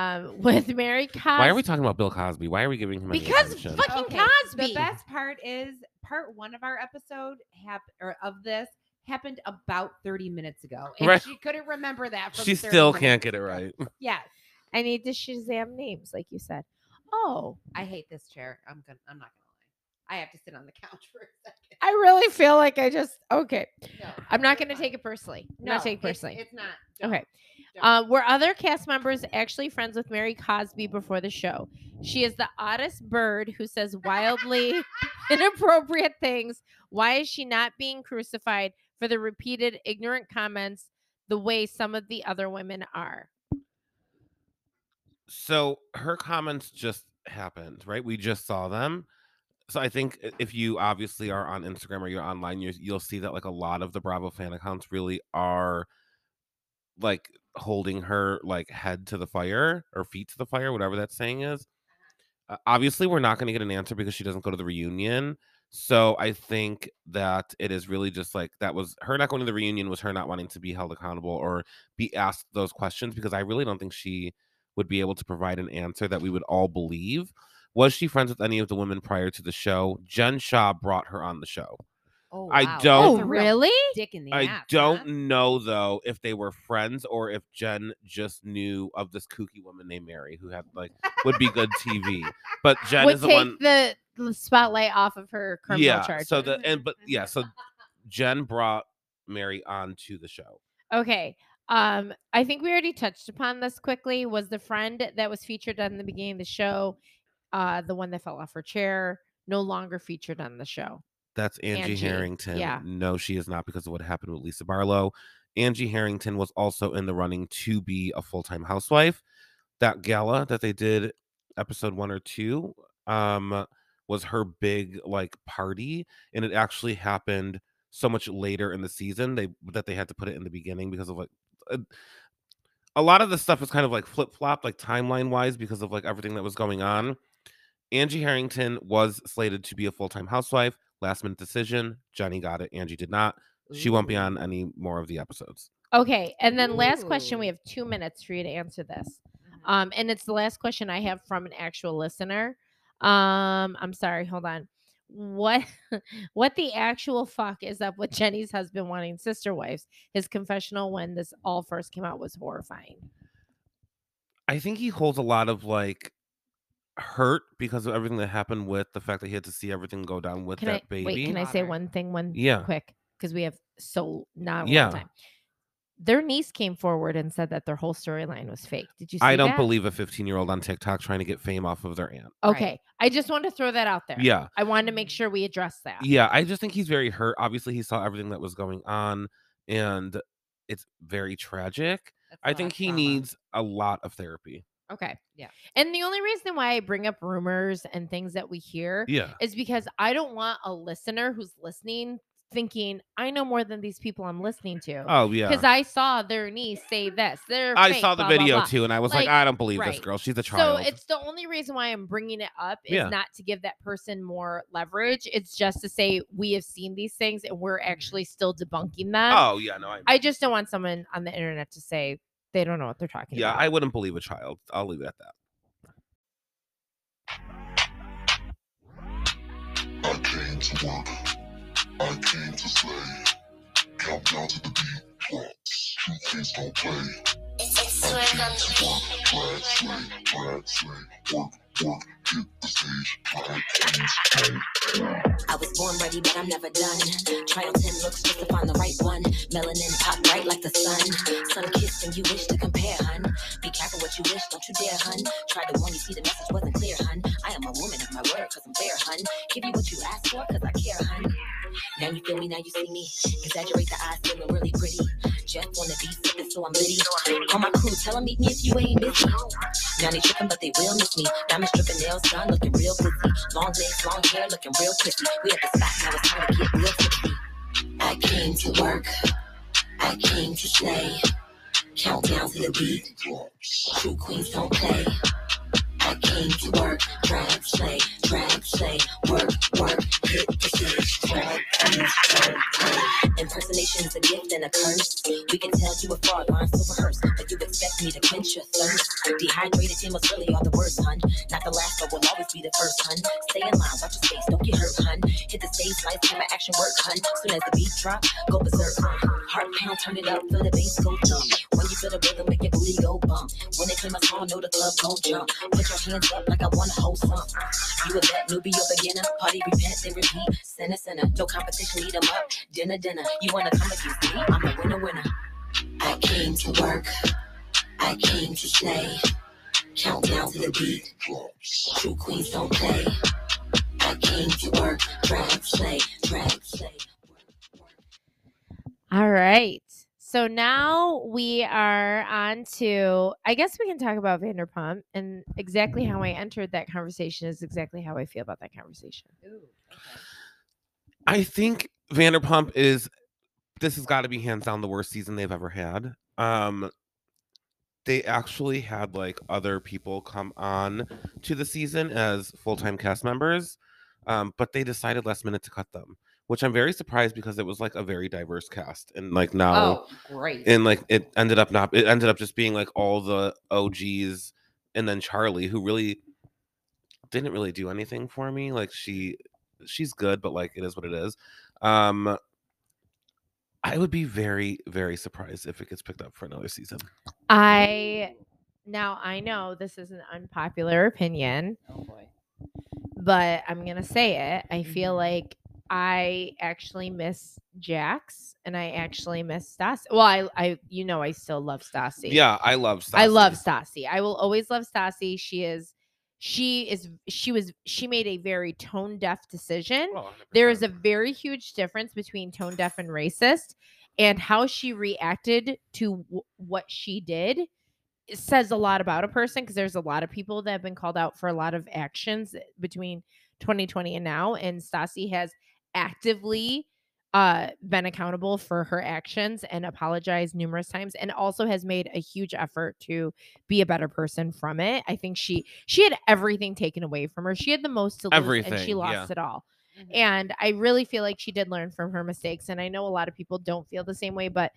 D: *laughs* with Mary Cosby.
E: Why are we talking about Bill Cosby? Why are we giving him any
D: Because
E: attention?
D: fuck- Fucking Cosby.
A: The best part is part one of our episode hap- or of this happened about thirty minutes ago, and
E: Right.
A: she couldn't remember that. From
E: she
A: 30
E: still
A: minutes
E: can't get it
A: ago.
E: right.
A: Yes,
D: I need to Shazam names, like you said. Oh,
A: I hate this chair. I'm gonna. I'm not gonna lie. I have to sit on the couch *laughs* for a second.
D: I really feel like I just okay.
A: No,
D: I'm not
A: you're
D: gonna
A: fine.
D: take it personally. I'm
A: No,
D: not taking it
A: it's-
D: personally.
A: It's, not.
D: Okay.
A: don't.
D: Uh, were other cast members actually friends with Mary Cosby before the show? She is the oddest bird who says
A: *laughs*
D: wildly inappropriate things. Why is she not being crucified for the repeated ignorant comments the way some of the other women are?
E: So her comments just happened, right? We just saw them. So I think i- if you obviously are on Instagram or you're online, you you'll see that like a lot of the Bravo fan accounts really are like holding her like head to the fire or feet to the fire, whatever that saying is. Uh, obviously, we're not going to get an answer because she doesn't go to the reunion. So I think that it is really just like that was her not going to the reunion was her not wanting to be held accountable or be asked those questions because I really don't think she would be able to provide an answer that we would all believe. Was she friends with any of the women prior to the show? Jen Shaw brought her on the show.
A: Oh,
E: I
A: wow.
E: don't-
D: Oh,
A: That's a real
D: really?
A: Dick in the
E: I
A: ass,
E: don't
A: huh?
E: know though if they were friends or if Jen just knew of this kooky woman named Mary who had like would be good TV. But Jen
D: Would
E: is the
D: take
E: one
D: the the spotlight off of her criminal
E: yeah,
D: charges.
E: So the and but yeah, so Jen brought Mary onto the show.
D: Okay. Um, I think we already touched upon this quickly. Was the friend that was featured on the beginning of the show, uh, the one that fell off her chair, no longer featured on the show?
E: That's Angie,
D: Angie,
E: Harrington.
D: yeah.
E: No, she is not because of what happened with Lisa Barlow. Angie Harrington was also in the running to be a full time housewife. That gala that they did, episode one or two, um, was her big like party, and it actually happened so much later in the season they that they had to put it in the beginning because of like uh, a lot of the stuff was kind of like flip flop, like timeline wise, because of like everything that was going on. Angie Harrington was slated to be a full time housewife. Last minute decision. Johnny got it. Angie did not. She won't be
A: Ooh.
E: on any more of the episodes.
D: Okay. And then last question, we
A: Ooh.
D: have two minutes for you to answer this. Um, and it's the last question I have from an actual listener. Um, I'm sorry, hold on. What *laughs* what the actual fuck is up with Jenny's husband wanting sister wives? His confessional when this all first came out was horrifying.
E: I think he holds a lot of like hurt because of everything that happened with the fact that he had to see everything go down with
D: Can
E: that
D: I
E: baby.
D: wait? Can I say
A: Daughter.
D: one thing? One
E: Yeah.
D: quick because we have so not a lot
E: Yeah.
D: of time. their niece came forward and said that their whole storyline was fake. Did you? See
E: I don't
D: that?
E: believe a 15 year old on TikTok trying to get fame off of their aunt.
F: Right.
D: Okay, I just wanted to throw that out there.
E: Yeah.
D: I wanted to make sure we address that.
E: Yeah. I just think he's very hurt. Obviously, he saw everything that was going on and it's very tragic.
A: That's a
E: I
D: Oh,
A: lot
E: think
A: of
E: he
A: trauma.
E: needs a lot of therapy.
D: Okay.
F: Yeah.
D: And the only reason why I bring up rumors and things that we hear
E: Yeah.
D: is because I don't want a listener who's listening thinking I know more than these people I'm listening to.
E: Oh, yeah.
D: Because I saw their niece say this. They're
E: I
D: fake,
E: saw the
D: blah, blah,
E: video
D: blah.
E: too, and I was like,
D: Like,
E: I don't believe this
D: right.
E: girl. She's a
D: So
E: child.
D: it's the only reason why I'm bringing it up is
E: Yeah.
D: not to give that person more leverage. It's just to say we have seen these things and we're actually still debunking them.
E: Mm-hmm. oh, yeah. No, I,
D: I just don't want someone on the internet to say they don't know what they're talking
E: yeah,
D: about.
E: I wouldn't believe a child. I'll leave it at that.
G: I came to work. I came to slay. Countdown to the beat drops. Two kids don't play. I came to work. Try and slay. Try and slay. Work, work. Hit the stage. Try kids don't play.
H: I was born ready, but I'm never done. Trial 10 looks just to find the right one. Melanin pop bright like the sun. Sun kissed and you wish to compare, hun. Be careful what you wish, don't you dare, hun. Tried to warn you, see the message wasn't clear, hun. I am a woman of my word, cause I'm fair, hun. Give you what you ask for, cause I care, hun. Now you feel me, now you see me. Exaggerate the eyes, feeling really pretty. Just wanna be sipping, so I'm litty. Call my crew, tell them meet me if you ain't busy. Now they tripping, but they will miss me. Diamonds dripping, nails done, looking real pretty. Long legs, long hair, looking real kissy. We at the spot, now it's time to get real tipsy. I came to work. I came to slay. Countdown to the beat.
G: Drops.
H: True queens don't play. I came to work. Drag, slay, drag, slay. Work, work, hit the stage. Drag, queens don't play. Impersonation's a gift and a curse. We can tell you a fraud, lines to rehearse. But you expect me to quench your thirst. Dehydrated females really are the worst, hun. Not the last, but will always be the first, hun. Stay in line, watch your space, don't get hurt, hun. Hit the stage, lights, camera, action, work, hun. Soon as the beat drop, go berserk, hun. Heart pound, turn it up, feel the bass go thump. When you feel the rhythm, make your booty go bump. When they play my song, know the club gon' jump. Put your hands up like I want a whole sump. You a vet, newbie or beginner, party, repent, then repeat. Center, center, no competition, eat 'em up. Dinner, dinner, you wanna come against me? I'm a winner, winner. I came to work. I came to slay. Countdown to the beat.
G: Drops.
H: True queens don't play. I came to work. Drag, slay, drag, slay.
D: All right. So now we are on to, I guess we can talk about Vanderpump and exactly how I entered that conversation is exactly how I feel about that conversation.
E: I think Vanderpump is this has got to be hands down the worst season they've ever had. Um they actually had like other people come on to the season as full-time cast members. Um but they decided last minute to cut them, which I'm very surprised because it was like a very diverse cast and like now
A: Oh, great.
E: and like it ended up not it ended up just being like all the OGs and then Charlie who really didn't really do anything for me like she she's good but like it is what it is um I would be very very surprised if it gets picked up for another season
D: I, now I know this is an unpopular opinion,
A: oh boy.
D: but I'm going to say it. I feel like I actually miss Jax and I actually miss Stassi. Well, I, I, you know, I still love Stassi.
E: yeah I love
D: I love
E: Stassi.
D: Stassi. I will always love Stassi. She is she is she was she made a very tone deaf decision.
E: Oh, 100%.
D: There is a very huge difference between tone deaf and racist and how she reacted to w- what she did it says a lot about a person because there's a lot of people that have been called out for a lot of actions between 2020 and now and Stassi has actively uh been accountable for her actions and apologized numerous times and also has made a huge effort to be a better person from it. I think she she had everything taken away from her. She had the most to lose and she
E: Everything,
D: lost
E: yeah.
D: it all. And I really feel like she did learn from her mistakes and I know a lot of people don't feel the same way but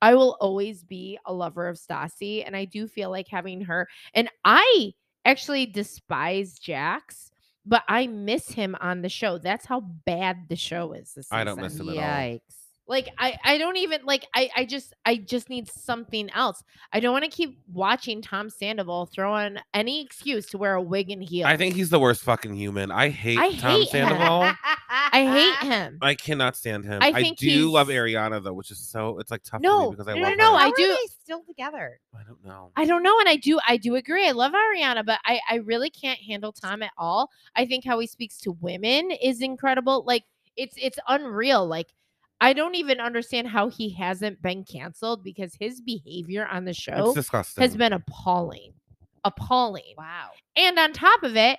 D: I will always be a lover of Stassi and I do feel like having her and I actually despise Jax but I miss him on the show. That's how bad the show is. This
E: I don't miss
D: season.
E: him at all
A: Yikes.
D: Like I, I don't even like I, I just I just need something else. I don't want to keep watching Tom Sandoval throw on any excuse to wear a wig and heels.
E: I think he's the worst fucking human. I hate
D: I
E: Tom
D: hate him.
E: Sandoval.
D: *laughs*
A: *laughs*
D: I hate him.
E: I cannot stand him.
D: I
E: I,
D: think
E: do love
D: he's-
E: Ariana though, which is so it's like tough for
D: No,
E: me because I
D: no, no,
E: love
D: no,
E: her.
D: I
A: How
D: do-
A: Are they still together?
E: I don't know.
D: I don't know, and I do I do agree. I love Ariana, but I I really can't handle Tom at all. I think how he speaks to women is incredible. Like it's it's unreal. Like I don't even understand how he hasn't been canceled because his behavior on the show
E: it's disgusting.
D: has been appalling. Appalling.
A: Wow.
D: And on top of it,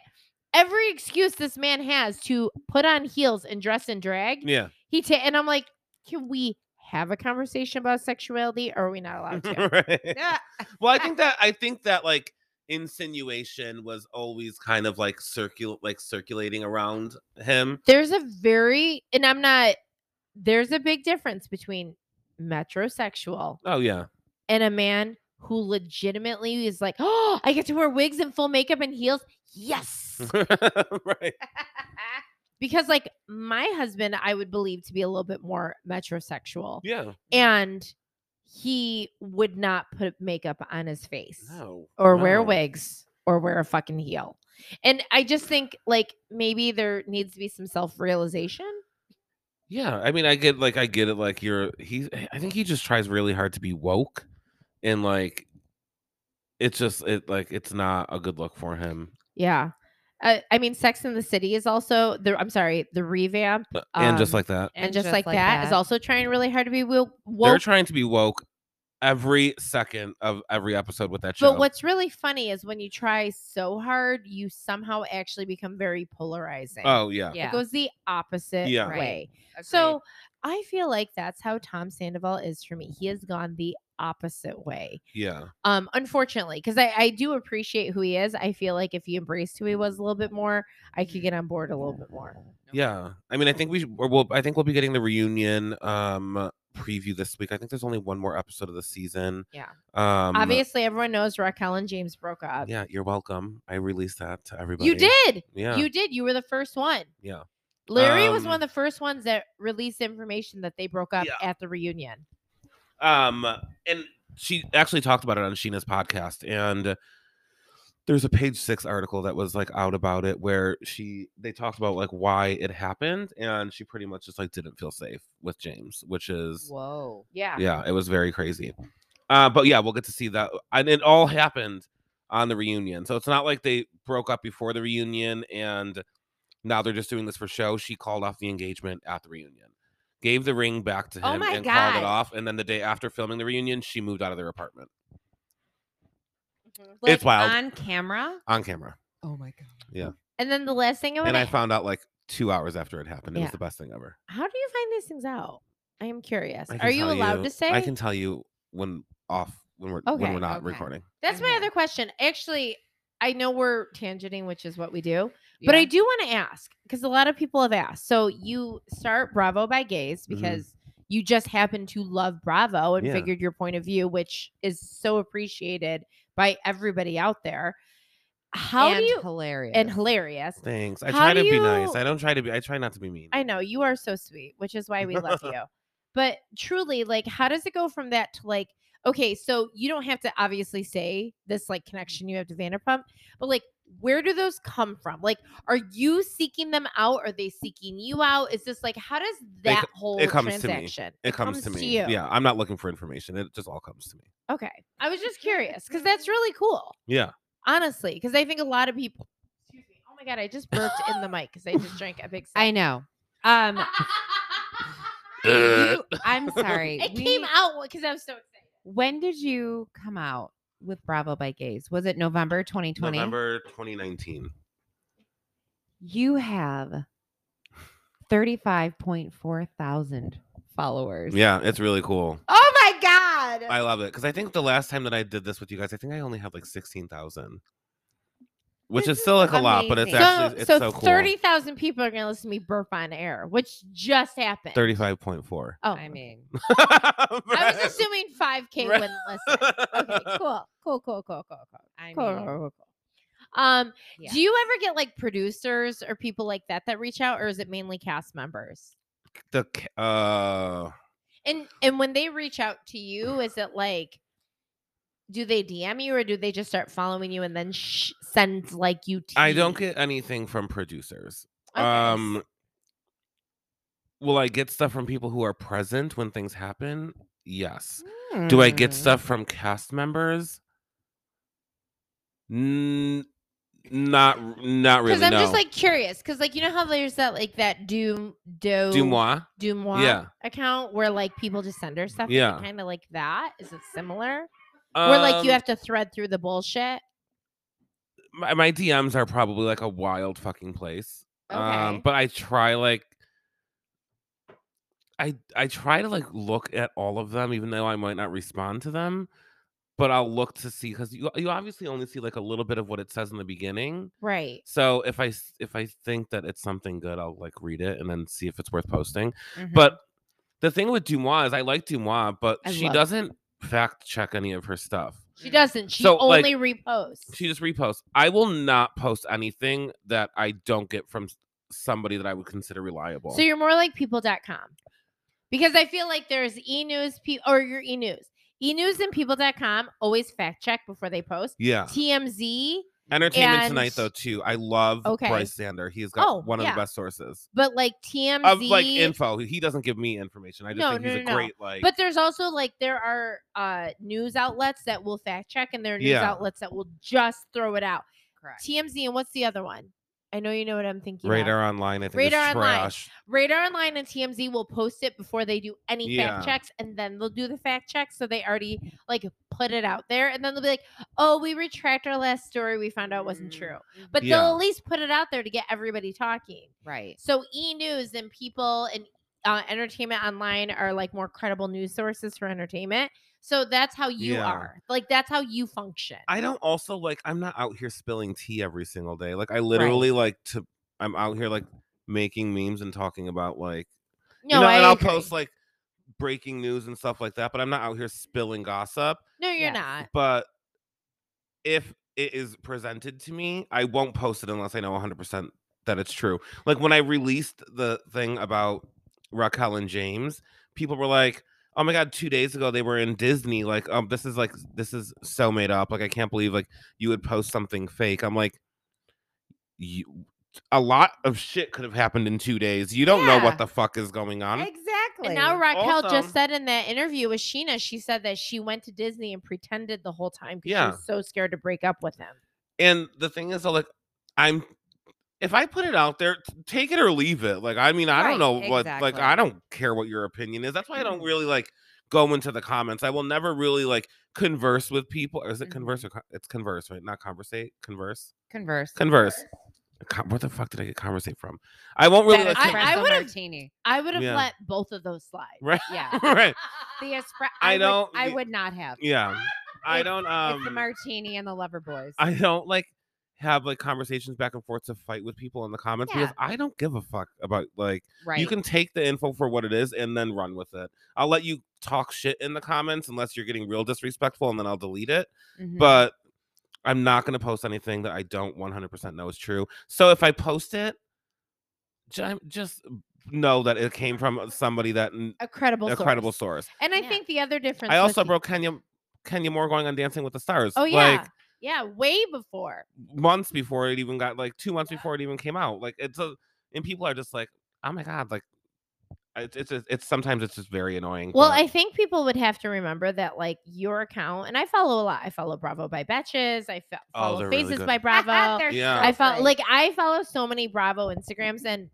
D: every excuse this man has to put on heels and dress in drag,
E: *laughs* yeah.
D: he ta- and I'm like, can we have a conversation about sexuality? Or are we not
E: *laughs*
D: allowed to?
E: Right.
A: Yeah.
E: Well, I *laughs* think that I think that like insinuation was always kind of like circul like circulating around him.
D: there's a very and i'm not there's a big difference between metrosexual
E: Oh yeah. *laughs*
D: and a man who legitimately is like oh i get to wear wigs and full makeup and heels yes
E: Mm-hmm. right.
D: because like my husband i would believe to be a little bit more metrosexual
E: Yeah.
D: and he would not put makeup on his face
E: No.
D: or wear
E: no.
D: wigs or wear a fucking heel and i just think like maybe there needs to be some self-realization
E: Yeah, I mean, I get like I get it. Like you're he. I think he just tries really hard to be woke, and like it's just it like it's not a good look for him.
D: Yeah. Uh, I mean, Sex in the City is also the. I'm sorry, the revamp
E: Uh, and just
D: Um,
E: like that,
D: and, just, like, that is also trying really hard to be wo-
E: they're
D: woke.
E: trying to be woke every second of every episode with that show.
D: But what's really funny is when you try so hard, you somehow actually become very polarizing.
E: Oh yeah,
D: it
A: Yeah.
D: goes the opposite
E: Yeah. Right.
D: way.
A: So
D: So I feel like that's how Tom Sandoval is for me. He has gone the opposite way.
E: yeah.
D: um unfortunately because I, I do appreciate who he is i feel like if he embraced who he was a little bit more i could get on board a little bit more
E: Yeah, I mean, I think we sh- or we'll, I think we'll be getting the reunion um preview this week. I think there's only one more episode of the season.
D: Yeah.
E: Um.
D: obviously everyone knows raquel and james broke up
E: Yeah, you're welcome. I released that to everybody.
D: You did.
E: Yeah.
D: You did. You were the first one.
E: yeah.
D: Larry was one of
E: Um,
D: the first ones that released information that they broke up
E: Yeah.
D: at the reunion.
E: Um, and she actually talked about it on Sheena's podcast, and there's a page six article that was like out about it where she they talked about like why it happened, and she pretty much just like didn't feel safe with James, which is
A: whoa.
D: Yeah.
E: yeah, it was very crazy. Uh, but yeah, we'll get to see that, and it all happened on the reunion, so it's not like they broke up before the reunion and now they're just doing this for show. She called off the engagement at the reunion. Gave the ring back to him
A: Oh my
E: and called
A: God.
E: it off. And then the day after filming the reunion, she moved out of their apartment
A: Like,
E: It's wild.
A: on camera.
E: on camera.
A: Oh my god.
D: And then the last thing I want
E: And
D: to
E: I found out like two hours after it happened. It
D: Yeah.
E: was the best thing ever.
D: How do you find these things out? I am curious.
E: I can
D: Are you
E: tell
D: allowed to say?
E: I can tell you when off when we're when
D: Okay,
E: we're not
A: okay.
E: recording.
D: That's my
A: Okay.
D: other question. Actually, I know we're tangenting, which is what we do, but
A: Yeah.
D: I do want to ask because a lot of people have asked. So you start Bravo by gays
A: Mm-hmm.
E: Mhm.
D: because you just happen to love Bravo and
E: Yeah.
D: figured your point of view, which is so appreciated by everybody out there. How
A: and
D: do you
A: hilarious.
D: and hilarious?
E: Thanks. I
D: How
E: try
D: do
E: to be nice.
D: you-
E: I don't try to be I try not to be mean.
D: I know you are so sweet, which is why we
E: *laughs*
D: love you. But truly, like, how does it go from that to like, okay, so you don't have to obviously say this like connection you have to Vanderpump, but like, where do those come from? Like, are you seeking them out? Are they seeking you out? Is this like, how does
E: They
D: that
E: co-
D: whole
E: it comes to me.
D: transaction?
E: It comes, to me.
D: you.
E: Yeah. I'm not looking for information. It just all comes to me.
D: Okay. I was just curious because that's really cool,
E: Yeah.
D: honestly, because I think a lot of people. Excuse me. Oh my god, I just burped in the mic because I just drank a
E: *laughs*
D: big. Sip.
A: I know. *laughs* Um, you- I'm sorry.
D: It
A: we-
D: came out because I was so excited.
A: When did you come out with Bravo by Gays? Was it November 2020?
E: November 2019.
A: You have 35.4 thousand followers.
E: Yeah, it's really cool.
A: Oh my God.
E: I love it because I think the last time that I did this with you guys, I think I only had like sixteen thousand, which
A: This
E: is still like a lot, but it's
A: amazing.
E: actually it's so, cool.
D: thirty thousand people are gonna listen to me burp on air, which just happened.
E: Thirty-five point four.
D: Oh,
A: I mean,
E: *laughs*
D: I was assuming five k
E: Right.
D: wouldn't listen. Okay,
E: *laughs*
D: cool, cool, cool, cool, cool, cool,
A: I
D: cool, cool,
A: mean,
D: cool, cool. Um,
A: Yeah.
D: do you ever get like producers or people like that that reach out, or is it mainly cast members?
E: the ca- uh
D: And and when they reach out to you, is it like do they DM you or do they just start following you and then sh- send like you?
E: I don't
D: tea?
E: get anything from producers.
D: Okay,
E: Um, will I get stuff from people who are present when things happen? Yes. Do I
D: Mm.
E: get
F: Hmm.
E: stuff from cast members? N- not r- not really.
D: Because I'm
E: no.
D: just like curious, because like you know how there's that like that doom do
E: Dumois.
D: Dumois
E: Yeah.
D: account where like people just send her stuff.
E: Yeah.
D: kind of like that. Is it similar? where like you
E: Um,
D: have to thread through the bullshit.
E: my, my DMs are probably like a wild fucking place.
D: Okay.
E: Um, but I try like I I try to like look at all of them, even though I might not respond to them. But I'll look to see because you you obviously only see like a little bit of what it says in the beginning.
D: Right.
E: So if I s- if I think that it's something good, I'll like read it and then see if it's worth posting. But the thing with Dumois is I like Dumois, but
D: Mm-hmm. I
E: she
D: love-
E: doesn't fact check any of her stuff.
D: She doesn't. She
E: So, like-
D: only reposts.
E: She just reposts. I will not post anything that I don't get from s- somebody that I would consider reliable.
D: So you're more like people.com. Because I feel like there's e news pe- or your e news. E news and people.com always fact check before they post.
E: yeah.
D: TMZ,
E: Entertainment
D: and-
E: Tonight though too. I love
D: Okay.
E: Bryce Sander. He's got
D: Oh,
E: one of
D: yeah.
E: the best sources
D: but like TMZ.
E: of like info. He doesn't give me information. I just
D: No,
E: think he's
D: no,
E: a
D: no, no.
E: great like.
D: but there's also like there are uh news outlets that will fact check and there are news
E: Yeah.
D: outlets that will just throw it out.
A: Correct.
D: TMZ and what's the other one? I know you know what I'm thinking. of.
E: Radar Online, I think
D: Radar
E: is
D: Online.
E: trash.
D: Radar Online and TMZ will post it before they do any
E: Yeah.
D: fact checks, and then they'll do the fact check. So they already like put it out there, and then they'll be like, "Oh, we retract our last story. We found out wasn't true." But
E: Mm-hmm. Yeah.
D: they'll at least put it out there to get everybody talking.
A: *laughs* Right.
D: So E News and people and uh, Entertainment Online are like more credible news sources for entertainment. So that's how you
E: Yeah.
D: are. Like that's how you function.
E: I don't also like I'm not out here spilling tea every single day. Like I literally like to I'm out here like making memes and talking about like
D: no,
E: you know,
D: I
E: and I'll
D: agree.
E: post like breaking news and stuff like that, but I'm not out here spilling gossip.
D: No, you're
A: Yes.
D: not.
E: But if it is presented to me, I won't post it unless I know 100% that it's true. Like when I released the thing about Raquel and James, people were like, "Oh my god, 2 days ago they were in Disney. Like, um this is like this is so made up. Like I can't believe like you would post something fake." I'm like, "You a lot of shit could have happened in 2 days. You don't know
A: Yeah.
E: what the fuck is going on."
A: Exactly.
D: And now Raquel
E: Also-
D: just said in that interview with Sheena, she said that she went to Disney and pretended the whole time because
E: Yeah.
D: she was so scared to break up with him.
E: And the thing is, though, like, I'm if I put it out there, t- take it or leave it. Like, I mean, I
A: Right,
E: don't know what, like,
A: exactly. Mm-hmm.
E: I don't care what your opinion is. That's why I don't really like go into the comments. I will never really like converse with people. Or is
A: Mm-hmm.
E: it converse or con- it's converse, right? Not conversate, converse,
A: Converse.
E: converse. Con- where the fuck did I get conversate from? I won't really like,
D: I-
E: con-
D: I would've-
A: martini.
D: I would have
E: Yeah.
D: let both of those slide.
E: *laughs* right,
A: Yeah.
E: right,
A: The espre-
E: *laughs* I
A: I,
E: don't-
A: Would, I
E: the-
A: would not have.
E: yeah. I
A: It's-
E: don't.
A: it's the
E: Um,
A: martini and the lover boys.
E: I don't like have like conversations back and forth to fight with people in the comments
A: Yeah.
E: because I don't give a fuck about like.
A: right.
E: You can take the info for what it is and then run with it. I'll let you talk shit in the comments unless you're getting real disrespectful and then I'll delete it.
D: Mm-hmm.
A: Mhm.
E: But I'm not going to post anything that I don't 100% know is true. So if I post it, ju- just know that it came from uh, somebody that n-
D: A credible,
E: a
D: source.
E: credible source.
D: And I
A: Yeah.
D: think the other difference.
E: I
D: was
E: also
D: the-
E: broke Kenya Kenya Moore going on Dancing with the Stars.
D: Oh yeah,
E: Like
D: yeah, way before.
E: months before it even got like 2 months before it even came out. Like it's a and people are just like, "Oh my god, like it's it's just- it's sometimes it's just very annoying."
D: Well,
E: but-
D: I think people would have to remember that, like your account, and I follow a lot. I follow Bravo by Betches. I fo-
E: Oh,
D: follow
E: they're really
D: Faces
E: good.
D: by Bravo.
A: *laughs* They're
E: Yeah.
A: so
D: I follow
A: great.
D: like I follow so many Bravo Instagrams and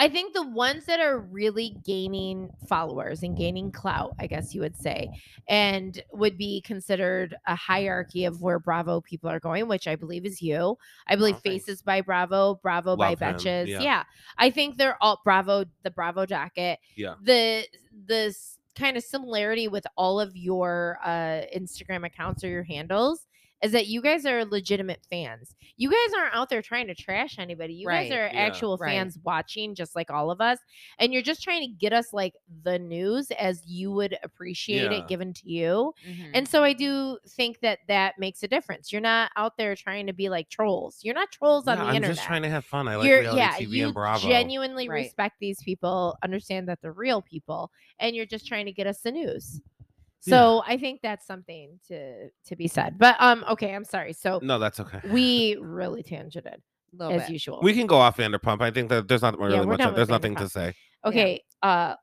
D: I think the ones that are really gaining followers and gaining clout, I guess you would say, and would be considered a hierarchy of where Bravo people are going, which I believe is you. I believe
E: thanks.
D: Faces by Bravo, Bravo by
E: Love him,
D: Betches.
E: yeah.
D: Yeah. I think they're all Bravo, the Bravo jacket.
E: Yeah.
D: The this kind of similarity with all of your uh Instagram accounts or your handles is that you guys are legitimate fans. You guys aren't out there trying to trash anybody. You guys
B: Right.
D: are
E: Yeah.
D: actual
B: Right.
D: fans watching, just like all of us. And you're just trying to get us like the news as you would appreciate
E: Yeah. Mm-hmm.
D: it given to you.
B: Mhm.
D: And so I do think that that makes a difference. You're not out there trying to be like trolls. You're not trolls on
E: Yeah,
D: the
E: I'm
D: internet.
E: just trying to have fun. I like
D: You're-
E: reality TV
D: you
E: and Bravo.
D: genuinely
B: Right.
D: respect these people, understand that they're real people, and you're just trying to get us the news.
E: Yeah.
D: So I think that's something to to be said. But um, okay, I'm sorry. So
E: no, that's okay.
D: we really tangented
A: Little
D: as
A: bit.
D: usual.
E: *laughs* we can go off Vanderpump. I think that there's not really
D: we're
E: much.
D: done
E: Of,
D: with
E: there's nothing to
D: Vanderpump.
E: say.
D: okay. Uh,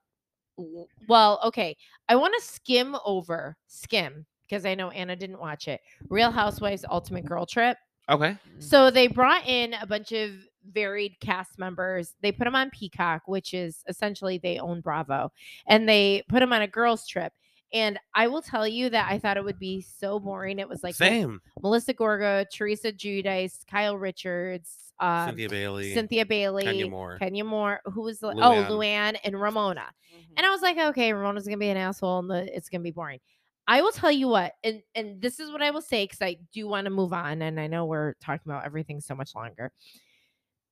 D: w- well, okay. I want to skim over skim because I know Anna didn't watch it. Real Housewives Ultimate Girl Trip.
E: Okay.
D: So they brought in a bunch of varied cast members. They put them on Peacock, which is essentially they own Bravo, and they put them on a girls' trip. And I will tell you that I thought it would be so boring. It was like Mel-
E: Same.
D: Melissa Gorga, Teresa Judice, Kyle Richards, um,
E: Cynthia Bailey.
D: Cynthia Bailey,
E: Kenya Moore.
D: Kenya Moore, who was the-
E: Luann.
D: oh Luann and Ramona. And I was like, okay, Ramona's gonna be an asshole and the, it's gonna be boring. I will tell you what, and and this is what I will say because I do want to move on, and I know we're talking about everything so much longer.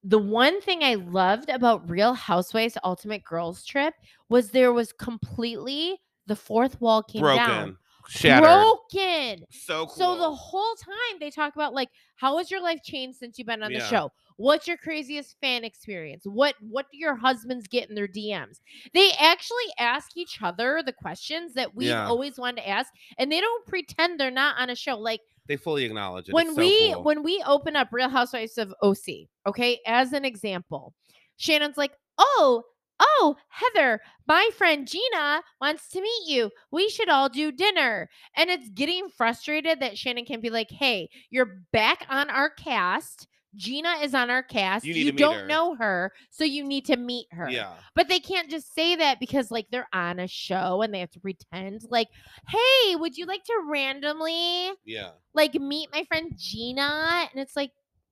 D: The one thing I loved about Real Housewives Ultimate Girls Trip was there was completely the fourth wall came
E: broken.
D: down,
E: Shattered.
D: broken.
E: so cool.
D: So the whole time they talk about like how has your life changed since you've been on
E: Yeah.
D: the show? What's your craziest fan experience? What what do your husbands get in their DMs? They actually ask each other the questions that we've
E: Yeah.
D: always wanted to ask and they don't pretend they're not on a show. Like
E: they fully acknowledge it.
D: when
E: It's so
D: we
E: cool.
D: when we open up Real Housewives of OC, okay, as an example, Shannon's like, oh, oh, Heather, my friend Gina wants to meet you. We should all do dinner. And it's getting frustrated that Shannon can be like, hey, you're back on our cast. Gina is on our cast.
E: You
D: You,
E: need to meet
D: don't
E: her."
D: know her, so you need to meet her.
E: yeah.
D: But they can't just say that because like they're on a show and they have to pretend like, "Hey, would you like to randomly
E: Yeah.
D: like meet my friend Gina. And it's like,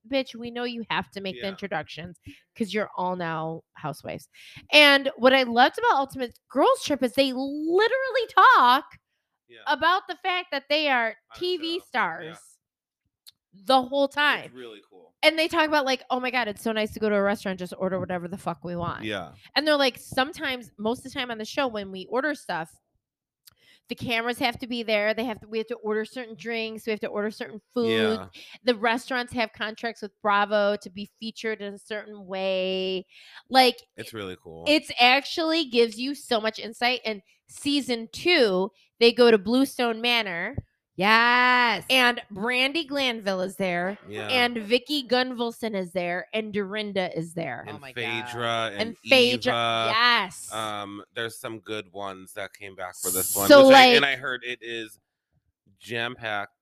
D: bitch, we know you have to make
E: Yeah.
D: the introductions because you're all now housewives. And what I loved about Ultimate Girls Trip is they literally talk
E: Yeah.
D: about the fact that they are
E: On a show,
D: TV
E: yeah.
D: stars the whole time.
E: It's really cool.
D: and they talk about like, oh my god, it's so nice to go to a restaurant, just order whatever the fuck we want.
E: Yeah.
D: And they're like, sometimes, most of the time on the show, when we order stuff, the cameras have to be there. They have to. We have to order certain drinks. We have to order certain foods.
E: Yeah.
D: The restaurants have contracts with Bravo to be featured in a certain way. Like
E: It's really cool.
D: it's actually gives you so much insight. And season two, they go to Bluestone Manor,
A: Yes.
D: and Brandy Glanville is there,
E: yeah.
D: and Vicky Gunvalson is there, and Dorinda is there,
E: and
A: Oh my God.
E: Phaedra and,
D: and Phaedra.
E: Eva.
D: yes.
E: Um, there's some good ones that came back for this one.
D: So,
E: which I, and
D: like-
E: I heard it is jam packed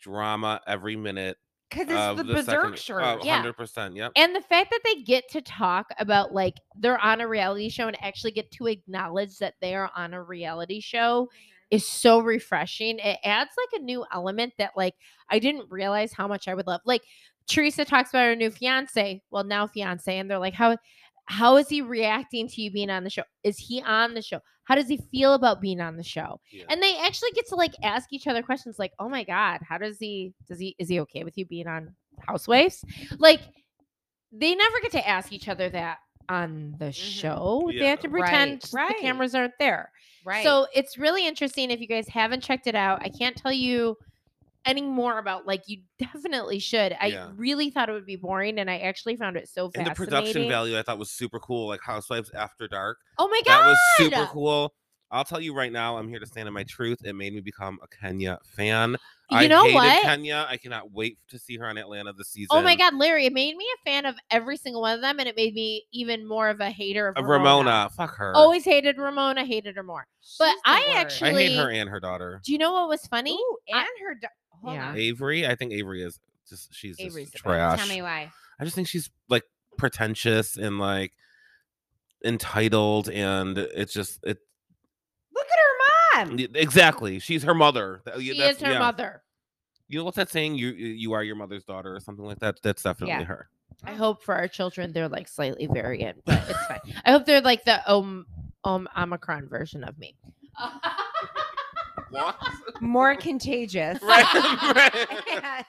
E: drama every minute.
A: Because it's
E: of
A: the,
E: the
A: berserk
E: second, uh,
A: shirt.
D: Yeah.
E: 100%. Yep.
D: and the fact that they get to talk about like they're on a reality show and actually get to acknowledge that they are on a reality show is so refreshing. It adds like a new element that like I didn't realize how much I would love. Like Teresa talks about her new fiance, well now fiance, and they're like how how is he reacting to you being on the show? Is he on the show? How does he feel about being on the show?
E: Yeah.
D: And they actually get to like ask each other questions like, "Oh my god, how does he does he is he okay with you being on Housewives?" Like they never get to ask each other that on
E: Mm-hmm.
D: the show. They have to
A: Right,
D: pretend
A: right.
D: the cameras aren't there.
A: Right.
D: So it's really interesting if you guys haven't checked it out. I can't tell you any more about like you *laughs* definitely should. I
E: Yeah.
D: really thought it would be boring and I actually found it so
E: And the
D: fascinating.
E: production value I thought was super cool, like Housewives After Dark.
D: Oh my god.
E: That was super cool. I'll tell you right now, I'm here to stand in my truth. It made me become a Kenya fan. I
D: You know
E: hated
D: what?
E: Kenya. I cannot wait to see her on Atlanta this season.
D: Oh my god, Larry, it made me a fan of every single one of them and it made me even more of a hater of
E: Of
D: Ramona.
E: Uh,
D: Oh,
E: Ramona. Fuck her.
D: Always hated Ramona, hated her more. But
A: She's the
D: I
A: worst.
D: actually-
E: I hate her and her daughter.
D: Do you know what was funny?
A: Ooh,
D: I-
A: and her. Do- hold
D: Yeah.
A: on.
E: Avery, I think Avery is just she's just
D: Avery's the best.
E: trash.
A: Tell me why.
E: I just think she's like pretentious and like entitled and it's just it
A: Look at her mom.
E: y- exactly she's her mother Th- yeah,
D: She
E: that's-
D: is her
E: yeah.
D: mother.
E: you know what's that saying you you you are your mother's daughter or something like that that's definitely
D: Yeah. *laughs*
E: her
D: I
A: Oh.
D: hope for our children they're like slightly variant, but it's fine.
A: *laughs*
D: I hope they're like the um um omicron version of me.
E: want.
A: more contagious
E: *laughs* right.
D: *laughs*
E: right.
A: and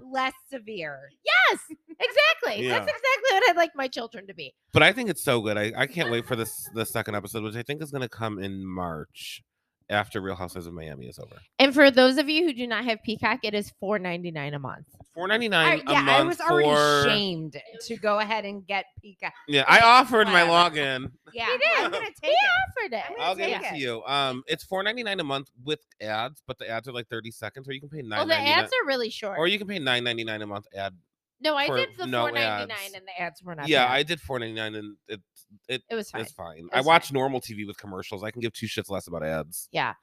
A: *laughs* less severe.
D: Yes, exactly.
E: Yeah.
D: That's exactly what I'd like my children to be.
E: But I think it's so good. I, I can't wait for this the second episode, which I think is gonna come in March after Real Housewives of Miami is over.
D: And for those of you who do not have Peacock, it is four ninety nine a month.
E: Four ninety
A: I-
E: nine a
A: yeah,
E: month
A: I was already
E: for
A: shamed to go ahead and get Pika.
E: yeah. I offered my
A: Whatever.
E: login.
A: Yeah,
D: He did.
E: *laughs*
A: I'm gonna take
D: He
A: it.
D: offered it.
A: I'm gonna
E: I'll give
A: take
E: it to you. Um, it's four ninety nine a month with ads, but the ads are like thirty seconds, or you can pay
D: Well,
E: nine
D: the
E: ninety nine,
D: ads are really short.
E: or you can pay nine ninety nine a month ad.
D: no, I
E: for
D: did the
E: no
D: four ninety nine,
E: ads.
D: and the ads were not.
E: yeah,
D: bad.
E: I did four ninety nine, and it it
D: it was fine.
E: it's fine. I
D: was
E: watch normal TV with commercials. I can give two shits less about ads.
D: Yeah.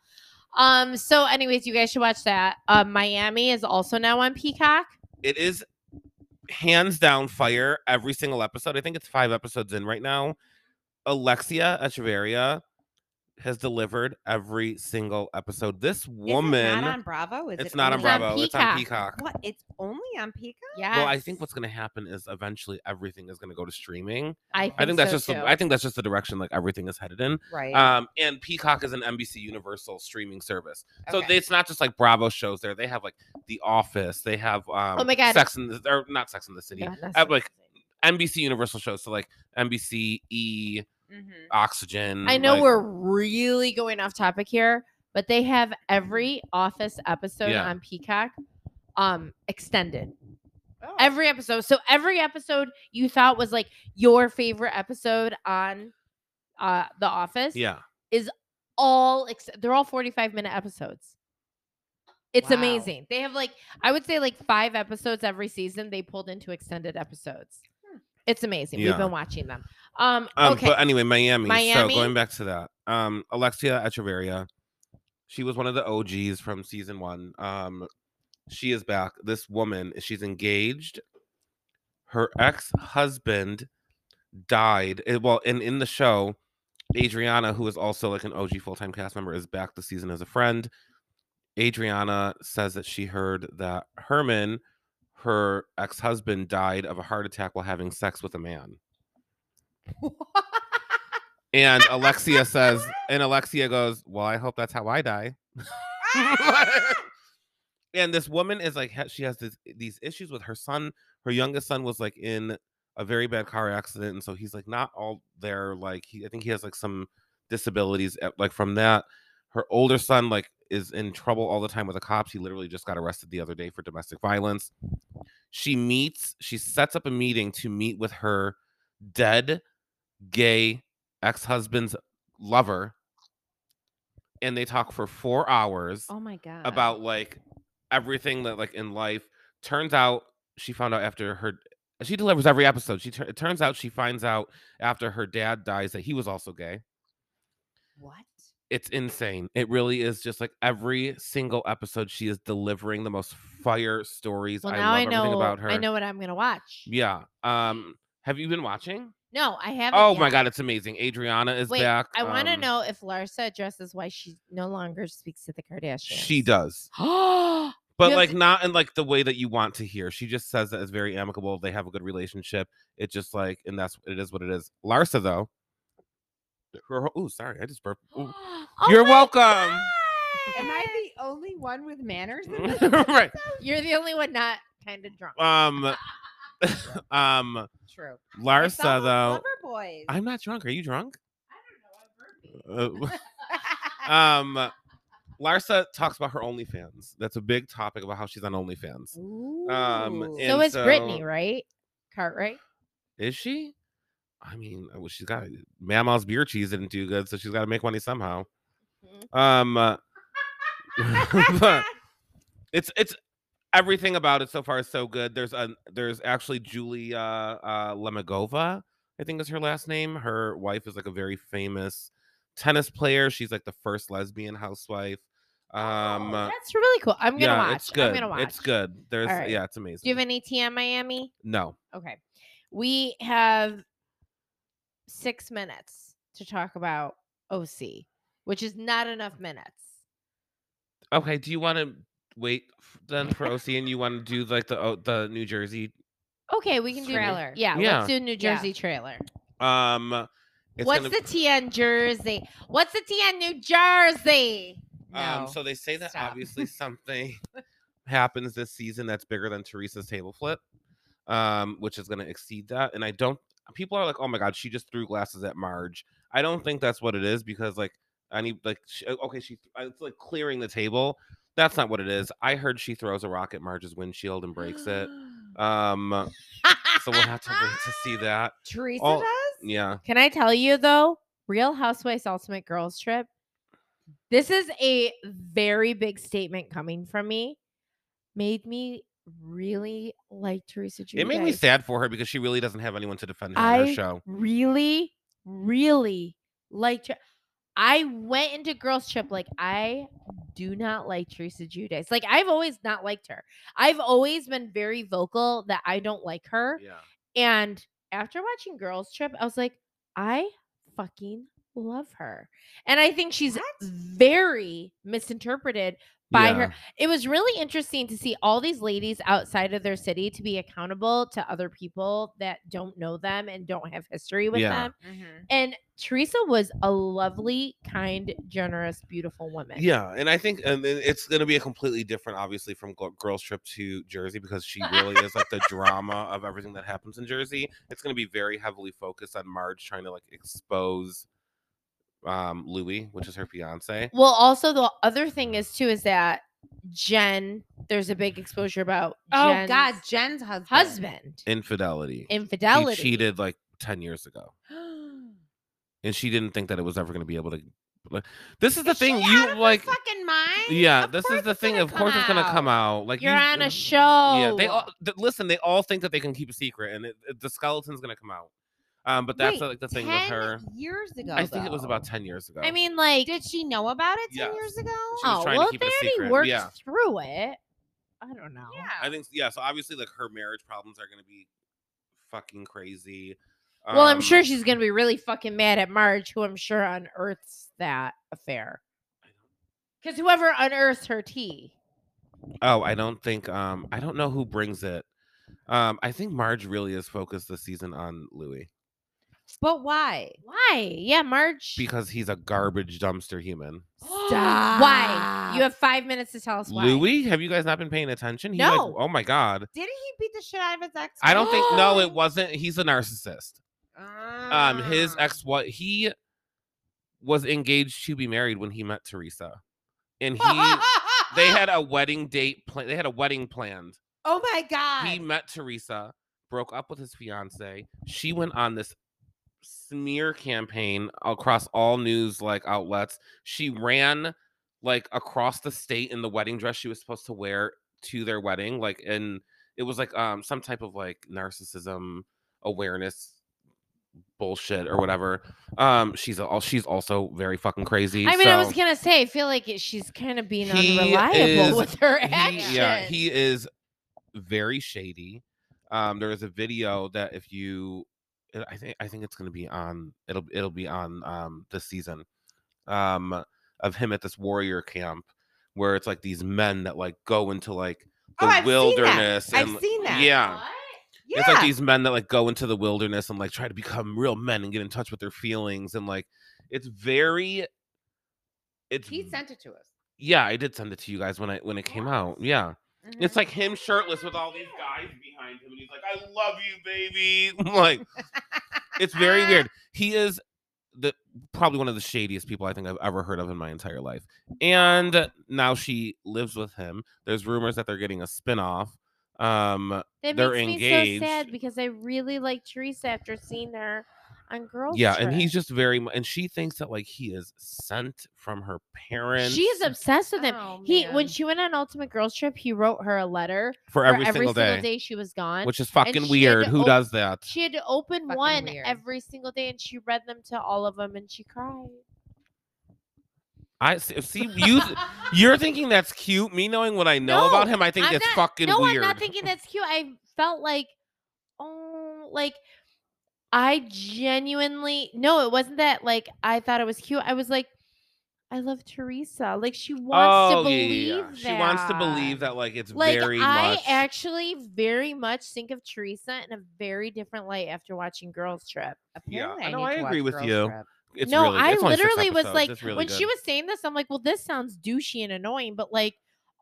D: Um. So, anyways, you guys should watch that. Um, Miami is also now on Peacock.
E: It is hands down fire every single episode. I think it's five episodes in right now. Alexia Echeverria has delivered every single episode. This
A: Is it
E: woman,
A: not on Bravo. Is
E: it's
A: it
E: not on
A: only
E: Bravo, it's on
D: Peacock.
E: Peacock.
A: What? It's only on Pika.
D: Yeah.
E: Well, I think what's going to happen is eventually everything is going to go to streaming.
D: I
E: I think that's
D: so,
E: just the,
D: too.
E: I think that's just the direction like everything is headed in.
A: Right.
E: Um, and Peacock is an NBC Universal streaming service, so
A: Okay.
E: they, it's not just like Bravo shows there. They have like The Office. They have um,
D: Oh my God.
E: Sex in the or not Sex in the City.
D: God, that's
E: I have,
D: so
E: like NBC Universal shows, so like NBC E,
A: Mhm.
E: Oxygen.
D: I know
E: Mm, like-
D: we're really going off topic here, but they have every office episode
E: Yeah.
D: on Peacock um extended.
E: Oh.
D: Every episode. So every episode you thought was like your favorite episode on uh The Office
E: yeah.
D: all ex- they're all 45 minute episodes. It's
A: Wow.
D: amazing. They have like I would say like 5 episodes every season they pulled into extended episodes. It's amazing.
E: Hmm. Yeah.
D: We've been watching them. Um,
E: Um,
D: okay.
E: But anyway, Miami. So
D: Miami.
E: going back to that, um, Alexia Echeverria, she was one of the OGs from season one. Um, she is back. This woman, she's engaged. Her ex husband died. eh, Well, and in the show, Adriana, who is also like an OG full time cast member, is back this season as a friend. Adriana says that she heard that Herman, her ex husband, died of a heart attack while having sex with a man. And Alexia says, and Alexia goes, Well, I hope that's how I die. *laughs* and this woman is like, ha- she has this, these issues with her son. Her youngest son was like in a very bad car accident. And so he's like, not all there. Like, he, I think he has like some disabilities, at, like from that. Her older son, like, is in trouble all the time with the cops. He literally just got arrested the other day for domestic violence. She meets, she sets up a meeting to meet with her dead gay ex-husband's lover and they talk for four hours
A: Oh my
D: Uh-huh.
A: god.
E: about like everything that like in life turns out she found out after her she delivers every episode she tur- it turns out she finds out after her dad dies that he was also gay
A: what?
E: it's insane it really is just like every single episode she is delivering the most fire stories
D: well,
E: i
D: now
E: love
D: I,
E: everything
D: know
E: about her
D: I know what I'm going to watch.
E: yeah um have you been watching
D: No, I haven't.
E: oh
D: yet.
E: my god it's amazing adriana is
D: Wait,
E: back
D: I want to
E: um,
D: know if Larsa addresses why she no longer speaks to the Kardashians. *gasps*
E: she does
D: Oh,
E: but
D: Yes.
E: like not in like the way that you want to hear. She just says that it's very amicable. They have a good relationship. It's just like, and that's it is what it is. Larsa though, her oh sorry, I just burped. Ooh.
D: Oh
E: You're welcome.
A: Am I the only one with manners? in this
E: *laughs* right.
D: You're the only one not kind of drunk.
A: *laughs*
E: Um, *laughs* um,
A: True. It's
E: Larsa
A: almost
E: though,
A: Loverboys.
E: I'm not drunk. Are you drunk? Uh,
A: *laughs*
E: *laughs* um, Larsa talks about her OnlyFans. That's a big topic about how she's on OnlyFans. Um,
A: Ooh.
E: and
D: so is Brittany,
E: so-
D: right? Cartwright.
E: Is she? I mean, uh, well, she's got Mama's beer cheese didn't do good, so she's got to make money somehow.
A: Mm-hmm.
E: Um, uh, *laughs* *laughs* but uh, it's it's everything about it so far is so good. There's a there's actually Julia uh, Lemagova, I think is her last name. Her wife is like a very famous tennis player. She's like the first lesbian housewife. Um,
D: oh,
E: uh,
D: that's really cool. I'm gonna
E: yeah,
D: watch.
E: it's good.
D: I'm gonna watch.
E: It's good. There's
D: right.
E: yeah, it's amazing.
D: Do you have any tea on Miami?
E: no,
D: Okay, we have six minutes to talk about OC, which is not enough minutes.
E: Okay, do you want to wait f- then for OC and you want to do like the oh, the New Jersey?
D: Okay, we can do
A: Trailer.
D: Yeah,
E: Yeah.
D: let's do New
A: Yeah.
D: Jersey trailer.
E: Um, it's
D: What's
E: gonna-
D: the T on Jersey? What's the T on New Jersey?
E: Um,
A: No.
E: so they say that
A: Stop.
D: *laughs*
E: obviously something happens this season that's bigger than Teresa's table flip, um, which is going to exceed that. And I don't. People are like, "Oh my god, she just threw glasses at Marge." I don't think that's what it is because like I need like she, okay, she uh, it's like clearing the table. That's not what it is. I heard she throws a rock at Marge's windshield and
D: *laughs*
E: breaks
D: *gasps*
E: it. Um, so we'll have to wait to
D: *laughs*
E: see that.
A: Teresa
E: all-
A: does?
E: Yeah.
D: Can I tell you though, Real Housewives Ultimate Girls Trip? This is a very big statement coming from me. Made me really like Teresa Judice.
E: It made me sad for her because she really doesn't have anyone to defend her on her
D: I-
E: show.
D: Really, really liked her. I went into Girls Trip like I do not like Teresa Judice. Like I've always not liked her. I've always been very vocal that I don't like her.
E: Yeah.
D: And after watching Girls Trip, I was like, I fucking love her. And I think she's very misinterpreted by her. It was really interesting to see all these ladies outside of their city to be accountable to other people that don't know them and don't have history with
E: Yeah.
D: them. And Teresa was a lovely, kind, generous, beautiful woman.
E: Yeah, and I think and then it's going to be a completely different, obviously, from Gl- Girls Trip to Jersey because she really is like the drama of everything that happens in Jersey. It's going to be very heavily focused on Marge trying to like expose um Louis, which is her fiance.
D: Well, also the other thing is too is that Jen, there's a big exposure about
A: Oh
D: Jen's
A: God, Jen's husband.
D: husband.
E: Infidelity.
D: infidelity.
A: *gasps*
E: He cheated like ten years ago, and she didn't think that it was ever going to be able to. like- This is the
A: Is
E: thing
A: she out
E: you
A: of her
E: like.
A: fucking mind.
E: Yeah,
A: Of
E: this
A: course
E: is the
A: it's
E: thing.
A: gonna
E: Of course, it's going to come out. Like
D: You're
E: you-
D: on a show.
E: Yeah,
D: Oh.
E: they all th- listen. They all think that they can keep a secret, and it, it- the skeleton's gonna come out. Um, but that's
A: Wait,
E: like the thing with
A: 10
E: her.
A: Years ago,
E: I think it was
A: though.
E: about ten years ago.
D: I mean, like,
A: Did she know about it ten
E: Yes.
A: years ago?
E: She was
D: oh
E: trying to
D: well,
E: keep
D: they
E: it a
D: already
E: secret,
D: worked
E: yeah.
D: through it. I don't know.
E: I think yeah. So obviously, like her marriage problems are gonna be fucking crazy.
D: Well, I'm
E: Um,
D: sure she's gonna be really fucking mad at Marge, who I'm sure unearths that affair. Because whoever unearths her tea,
E: Oh, I don't think. Um, I don't know who brings it. Um, I think Marge really is focused this season on Louis
A: But why?
D: why? Yeah, Marge.
E: because he's a garbage dumpster human.
A: Stop.
D: *gasps* Why? You have five minutes to tell us why.
E: Louis, have you guys not been paying attention? He, like,
D: No.
E: oh my god.
A: Didn't he beat the shit out of his ex?
E: I don't think. No, it wasn't. He's a narcissist. um his ex what he was engaged to be married when he met Teresa. And he they had a wedding date plan they had a wedding planned.
A: *laughs* Oh my god.
E: He met Teresa, broke up with his fiance. She went on this smear campaign across all news like outlets. She ran like across the state in the wedding dress she was supposed to wear to their wedding like and it was like um some type of like narcissism awareness bullshit or whatever. Um she's all she's also very fucking crazy.
D: I mean, I was
E: so-
D: gonna say, I feel like it, she's kind of being
E: He
D: unreliable
E: is-
D: with her actions.
E: he, yeah, he is very shady. Um, there is a video that if you, it- I think I think it's gonna be on. It'll it'll be on um this season, um, of him at this warrior camp where it's like these men that like go into like the
A: Oh, I've seen that.
E: wilderness.
A: I've
E: and,
A: seen that.
E: Yeah.
A: yeah.
E: It's like these men that like go into the wilderness and like try to become real men and get in touch with their feelings and like it's very it's
A: he sent it to us.
E: yeah, I did send it to you guys when I when it came out. Yeah.
A: Mm-hmm.
E: It's like him shirtless with all these guys behind him, and he's like, "I love you, baby." *laughs* like, it's very weird. He is the probably one of the shadiest people I think I've ever heard of in my entire life. And now she lives with him. There's rumors that they're getting a spinoff. Um,
D: That
E: They're
D: makes me
E: engaged.
D: so sad because I really like Teresa after seeing her on Girls.
E: yeah, and he's
D: Trip.
E: just very. mu- And she thinks that like he is sent from her parents.
D: she's obsessed with him.
A: Oh,
D: he when
A: man.
D: she went on Ultimate Girls Trip, he wrote her a letter
E: for
D: for
E: every, single, day,
D: she was gone.
E: which is fucking
D: she had
E: weird.
D: to
E: Who
D: op-
E: does that?
D: she had to open
A: Fucking
D: one
A: weird.
D: every single day, and she read them to all of them, and she cried.
E: I
D: *laughs*
E: see. see, you, you're thinking that's cute. Me knowing what I know about
D: No,
E: him, I think
D: I'm
E: that's
D: not-
E: fucking
D: no,
E: weird.
D: I'm not thinking
E: *laughs*
D: that's cute. I felt like, oh, like I genuinely no, it wasn't that. Like I thought it was cute. I was like, I love Teresa. Like she wants to
E: Oh, yeah,
D: believe.
E: yeah, yeah. She wants to believe that like it's
D: Like
E: very
D: I
E: much.
D: actually very much think of Teresa in a very different light after watching Girls Trip.
E: Yeah,
A: Apparently
E: I know,
A: need
E: I
A: to
E: agree
A: watch
E: with
A: Girls
E: you.
A: Trip.
E: it's
D: no,
E: really,
D: I
E: it's only six
D: literally was
E: episodes.
D: like,
E: It's really
D: when she
E: good.
D: was saying this, I'm like, well, this sounds douchey and annoying, but like,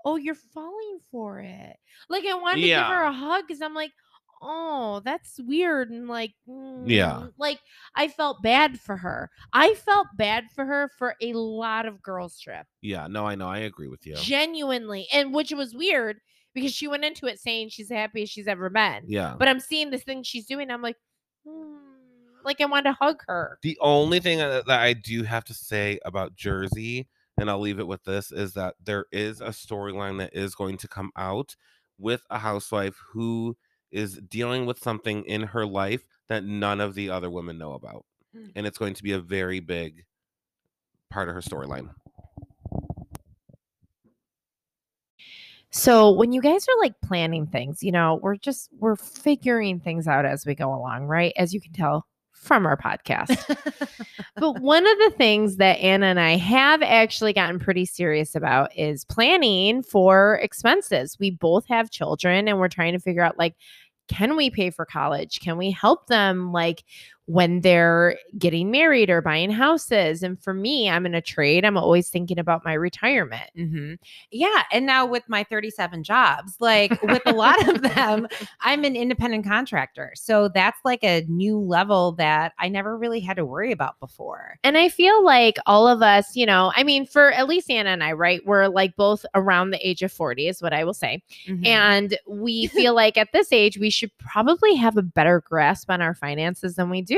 D: oh, you're falling for it. Like, I wanted to
E: Yeah.
D: give her a hug because I'm like, oh, that's weird. And like,
E: Yeah.
D: mm, Like, I felt bad for her. I felt bad for her for a lot of Girls Trip,
E: yeah, no, I know, I agree with you.
D: genuinely. And which was weird because she went into it saying she's the happiest she's ever been.
E: Yeah.
D: But I'm seeing this thing she's doing. I'm like, hmm, like, I wanted to hug her.
E: The only thing uh, that that I do have to say about Jersey, and I'll leave it with this, is that there is a storyline that is going to come out with a housewife who is dealing with something in her life that none of the other women know about.
A: Mm.
E: And it's going to be a very big part of her storyline.
D: So when you guys are like planning things, you know, we're just we're figuring things out as we go along, right? As you can tell from our podcast. but one of the things that Anna and I have actually gotten pretty serious about is planning for expenses. We both have children and we're trying to figure out like can we pay for college? Can we help them like when they're getting married or buying houses? And for me, I'm in a trade. I'm always thinking about my retirement.
A: hmm Yeah. And now with my 37 jobs, like with a lot of them, I'm an independent contractor. So that's like a new level that I never really had to worry about before.
D: And I feel like all of us, you know, I mean, for at least Anna and I, right? We're like both around the age of 40, is what I will say. And *laughs* we feel like at this age, we should probably have a better grasp on our finances than we do.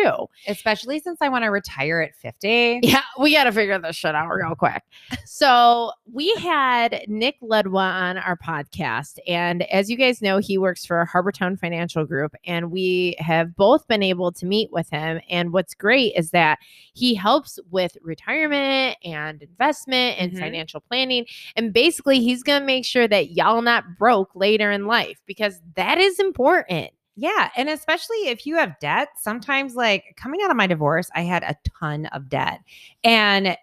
A: especially since I want to retire at 50.
D: Yeah, we got to figure this shit out real quick. So we had Nick Ledwa on our podcast. And as you guys know, he works for Harbortown Financial Group. And we have both been able to meet with him. And what's great is that he helps with retirement and investment and
A: Mhm.
D: financial planning. And basically, he's going to make sure that y'all not broke later in life because that is important.
A: Yeah. And especially if you have debt, sometimes, like coming out of my divorce, I had a ton of debt. And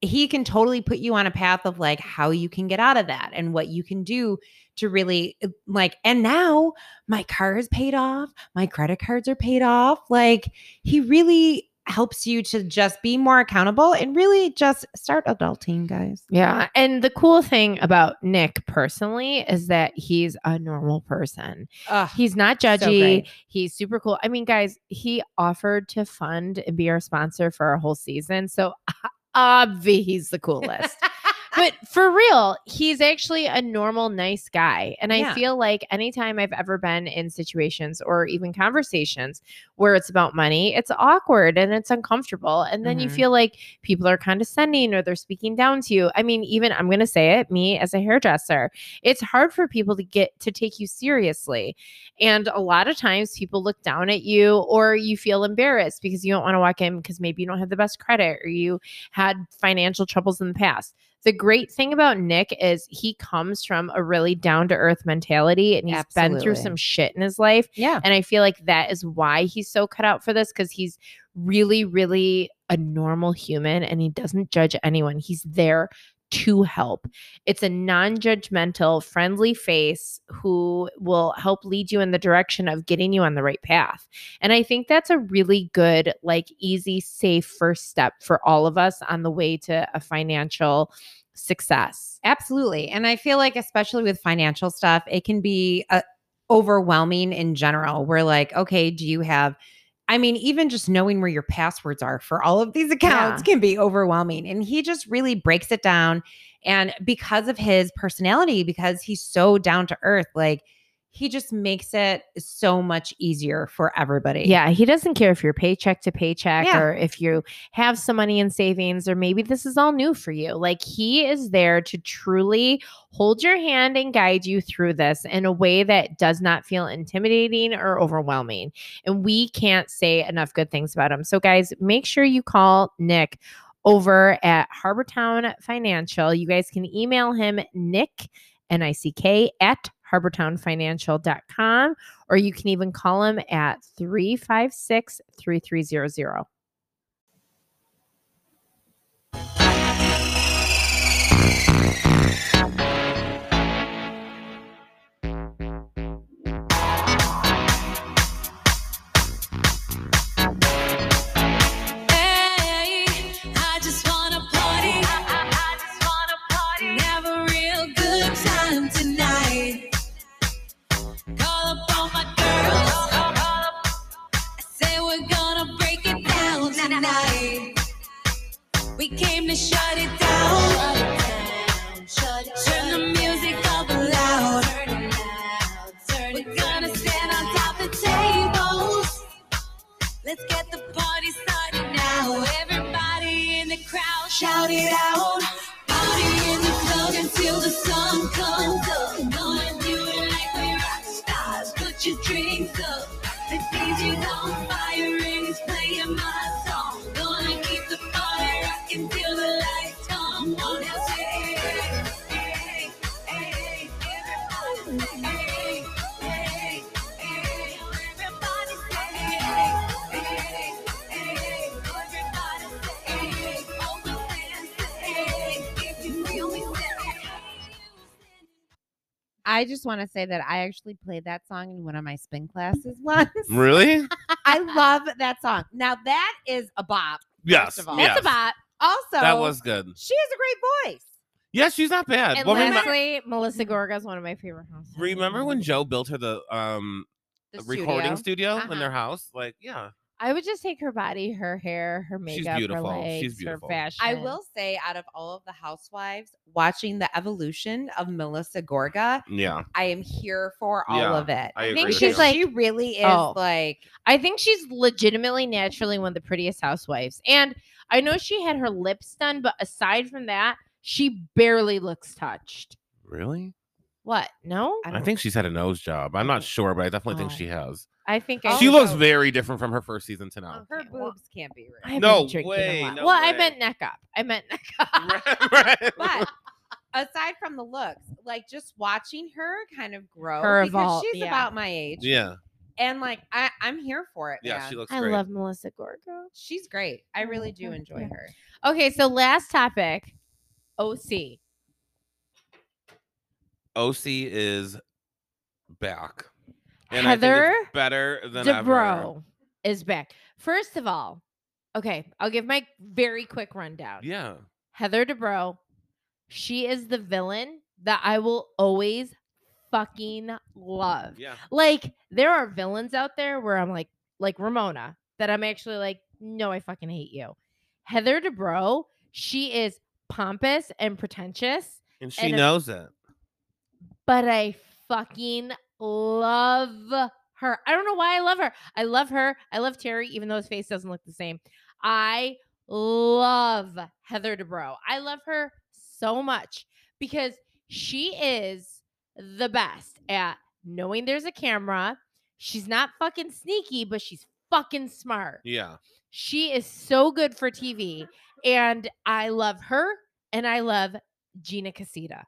A: he can totally put you on a path of like how you can get out of that and what you can do to really uh, like. And now my car is paid off, my credit cards are paid off. Like he really helps you to just be more accountable and really just start adulting, guys.
D: Yeah. And the cool thing about Nick personally is that he's a normal person.
A: Ugh,
D: He's not
A: So
D: judgy.
A: great.
D: he's super cool. I mean, guys, he offered to fund and be our sponsor for our whole season. So *laughs* obvi he's
A: *laughs*
D: the coolest. but for real, he's actually a normal, nice guy. And I
A: Yeah.
D: feel like anytime I've ever been in situations or even conversations where it's about money, it's awkward and it's uncomfortable. And then you
A: Mhm.
D: feel like people are condescending or they're speaking down to you. I mean, even I'm going to say it, me as a hairdresser, it's hard for people to get to take you seriously. And a lot of times people look down at you or you feel embarrassed because you don't want to walk in because maybe you don't have the best credit or you had financial troubles in the past. The great thing about Nick is he comes from a really down to earth mentality and he's been through
A: Absolutely.
D: some shit in his life.
A: Yeah.
D: And I feel like that is why he's so cut out for this because he's really, really a normal human and he doesn't judge anyone. He's there to help. It's a non judgmental, friendly face who will help lead you in the direction of getting you on the right path. And I think that's a really good, like, easy, safe first step for all of us on the way to a financial success.
A: Absolutely. And I feel like, especially with financial stuff, it can be uh, overwhelming in general. We're like, okay, do you have, I mean, even just knowing where your passwords are for all of these accounts can be overwhelming. And he just really breaks it down. And because of his personality, because he's so down to earth, like he just makes it so much easier for everybody.
D: Yeah, he doesn't care if you're paycheck to paycheck
A: Yeah.
D: or if you have some money in savings or maybe this is all new for you. Like he is there to truly hold your hand and guide you through this in a way that does not feel intimidating or overwhelming. And we can't say enough good things about him. So guys, make sure you call Nick over at Harbortown Financial. You guys can email him nick N I C K at harbortownfinancial.com, or you can even call him at 356 3300.
H: Hey,
C: out. Party in the club until the sun comes up. Gonna do it like we rock stars. Put your drinks up. The DJ's on fire and he's playing my song. Gonna keep the party rocking till the lights come on. Now say, hey, hey, hey, everybody say, hey, hey, hey. Everybody say, hey, hey, hey. Everybody say, hey. All the fans say, hey. If you feel me, say, hey.
A: I just want to say that I actually played that song in one of my spin classes *laughs* once. *laughs*
E: Really?
A: I love that song. Now that is a bop.
E: Yes.
A: of all.
E: yes.
D: That's a bop.
A: Also,
E: That was good.
A: she has a great voice.
E: Yeah, she's not bad.
D: And
E: well, remem- remember,
D: lastly, *laughs* Melissa Gorga is one of my favorite houses.
E: when Joe built her the um
A: The
E: recording studio
A: Uh-huh.
E: in their house? Like, yeah.
D: I would just take her body, her hair, her
E: She's
D: makeup, her
E: beautiful. She's
D: legs,
E: beautiful.
D: her fashion.
A: I will say, out of all of the housewives, watching the evolution of Melissa Gorga,
E: Yeah.
A: I am here for all
E: Yeah,
A: of it.
E: I
D: think
E: agree.
A: Because
E: with
D: she's
E: you.
D: like-
A: she really is
D: Oh.
A: like
D: I think she's legitimately naturally one of the prettiest housewives. And I know she had her lips done, but aside from that, she barely looks touched.
E: Really?
D: What? No?
A: I
E: I
A: don't-
E: think she's had a nose job. I'm not sure, but I definitely think
D: Oh.
E: she has.
D: I think I
E: She
D: know.
E: looks very different from her first season to now.
A: her
D: Okay, well,
A: boobs can't be real.
D: I've
E: No
D: been drinking
E: way,
D: a lot.
E: no
D: well, I
E: way.
D: meant neck up. I meant neck up.
E: *laughs* Right, right.
A: But
D: *laughs*
A: aside from the looks, like just watching her kind of grow
D: Her
A: because
D: evolve,
A: she's
D: yeah.
A: about my age.
E: yeah.
A: And like I, I'm here for it.
E: Yeah,
A: man.
E: she looks
D: I
E: great.
D: love Melissa Gorga.
A: she's great. I really do
D: Mhm,
A: enjoy
D: yeah.
A: her.
D: Okay, so last topic OC.
E: OC is back. I
D: Heather
E: think it's better than ever.
D: DeBro is back. First of all, okay, I'll give my very quick rundown.
E: Yeah.
D: Heather DeBro, she is the villain that I will always fucking love.
E: Yeah.
D: Like there are villains out there where I'm like, like Ramona, that I'm actually like, no, I fucking hate you. Heather DeBro, she is pompous and pretentious,
E: And she
D: And a-
E: knows it.
D: but I fucking love her. I don't know why I love her. I love her. I love Terry, even though his face doesn't look the same. I love Heather DeBro. I love her so much because she is the best at knowing there's a camera. She's not fucking sneaky, but she's fucking smart.
E: Yeah.
D: She is so good for TV. And I love her and I love Gina Casita.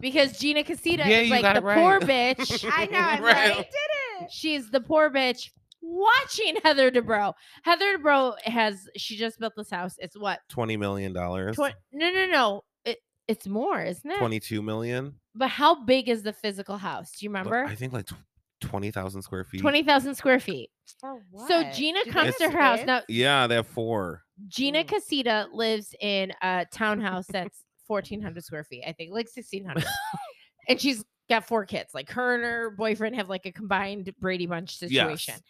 D: Because Gina Casita
E: Yeah,
D: is
E: you
D: like
E: got
D: the
E: it right.
D: poor
E: *laughs*
D: bitch.
A: I know, I'm
E: Right.
D: *laughs*
A: like, I did it.
D: She's the poor bitch watching Heather DeBro. Heather DeBro has she just built this house. It's what?
E: Twenty million dollars.
D: Tw- no, no, no. It, it's more, isn't it?
E: Twenty-two million.
D: But how big is the physical house? Do you
E: Look,
D: remember?
E: I think like tw- twenty thousand square feet.
D: Twenty thousand square feet.
A: For
D: So
A: what?
D: Gina
A: Do they
D: comes
A: have
D: to her house. Now
A: kids?
E: Yeah, they have four.
D: Gina
A: Mm.
D: Casita lives in a townhouse that's 1,400 square feet, I think, like 1,600. and she's got four kids. Like her and her boyfriend have like a combined Brady Bunch situation.
E: Yes.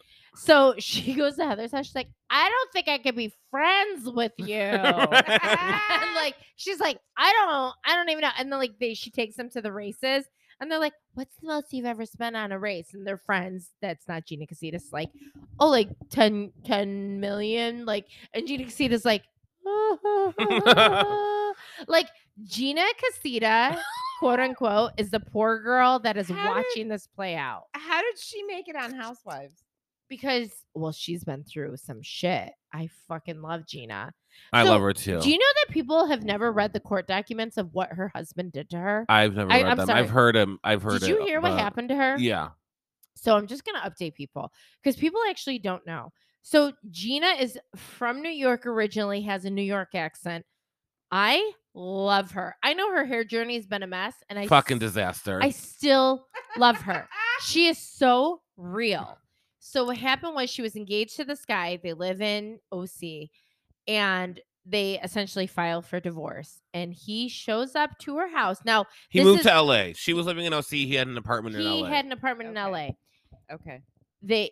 D: So she *laughs* goes to Heather's house. She's like, I don't think I could be friends with you. *laughs* and like, she's like, I don't, I don't even know. And then like, they, she takes them to the races. And they're like, "What's the most you've ever spent on a race?" And their friends, that's not Gina Casitas, like, "Oh, like 10, 10 million, like." And Gina Casita's
E: *laughs*
D: like, *laughs* like Gina Casita, quote unquote, is the poor girl that is
A: How did-
D: watching this play out
A: How did she make it on Housewives?
D: because, well, she's been through some shit. I fucking love Gina.
E: I
D: So,
E: love her too.
D: Do you know that people have never read the court documents of what her husband did to her?
E: I've never
D: I-
E: read
D: I'm
E: them.
D: sorry.
E: I've heard them. I've heard.
D: Did you
E: it,
D: hear what
E: but-
D: happened to her?
E: Yeah.
D: So I'm just going to update people because people actually don't know. So Gina is from New York originally, has a New York accent. I love her. I know her hair journey has been a mess, and I
E: Fucking
D: s-
E: disaster.
D: I still love her. She is so real. So what happened was she was engaged to this guy. They live in OC, and they essentially file for divorce. And he shows up to her house. Now
E: he
D: this
E: moved
D: is-
E: to LA. She was living in OC. He had an apartment in
D: he
E: LA.
D: had an apartment in
A: Okay.
D: LA.
A: Okay.
D: they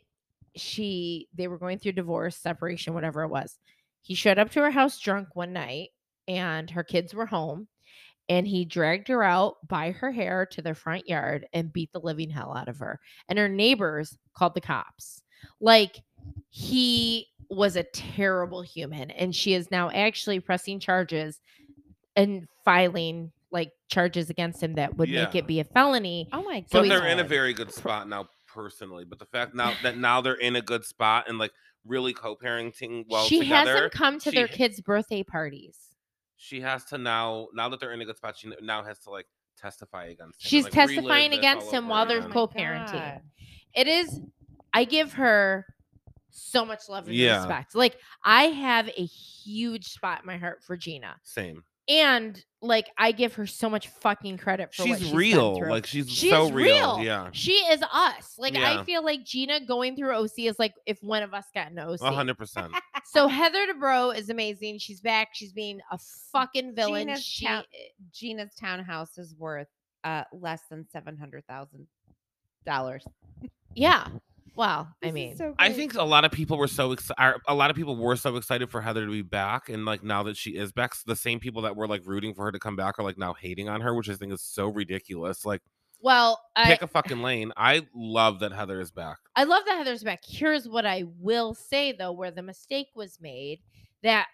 D: she they were going through divorce separation whatever it was he showed up to her house drunk one night and her kids were home and he dragged her out by her hair to their front yard and beat the living hell out of her and her neighbors called the cops like he was a terrible human and she is now actually pressing charges and filing like charges against him that would make
E: Yeah.
D: it be a felony.
A: Oh my god.
D: So
E: But
D: he's
E: they're in a
D: dead.
E: very good spot now, personally. But the fact now that now they're in a good spot and like really co-parenting well
D: she
E: together,
D: has them come to their
E: she-
D: kids' birthday parties.
E: she has to now now that they're in a good spot, she n- now has to like testify against him. and,
D: She's
E: like, relive
D: testifying
E: this
D: against
E: all
D: him
E: over
D: while they're
E: again.
A: co-
D: co-parenting.
A: God.
D: It is. I give her so much love and
E: Yeah.
D: respect. Like I have a huge spot in my heart for Gina,
E: Same.
D: and like I give her so much fucking credit for. what
E: She's
D: she's been
E: real.
D: through.
E: Like she's
D: She
E: so
D: is
E: real.
D: real.
E: Yeah.
D: she is us. Like I
E: Yeah.
D: feel like Gina going through OC is like if one of us got an OC.
E: A hundred percent.
D: So Heather DeBro is amazing. She's back. She's being a fucking villain.
A: Gina's
D: she
A: count- eh, Gina's townhouse is worth uh less than seven hundred thousand dollars.
D: yeah. Well, I mean,
E: I think a lot of people were so excited. A lot of people were so excited for Heather to be back, and like now that she is back, s- the same people that were like rooting for her to come back are like now hating on her, which I think is so ridiculous. Like,
D: well, I,
E: pick a fucking lane. I love that Heather is back.
D: I love that Heather's back. Here's what I will say though, where the mistake was made that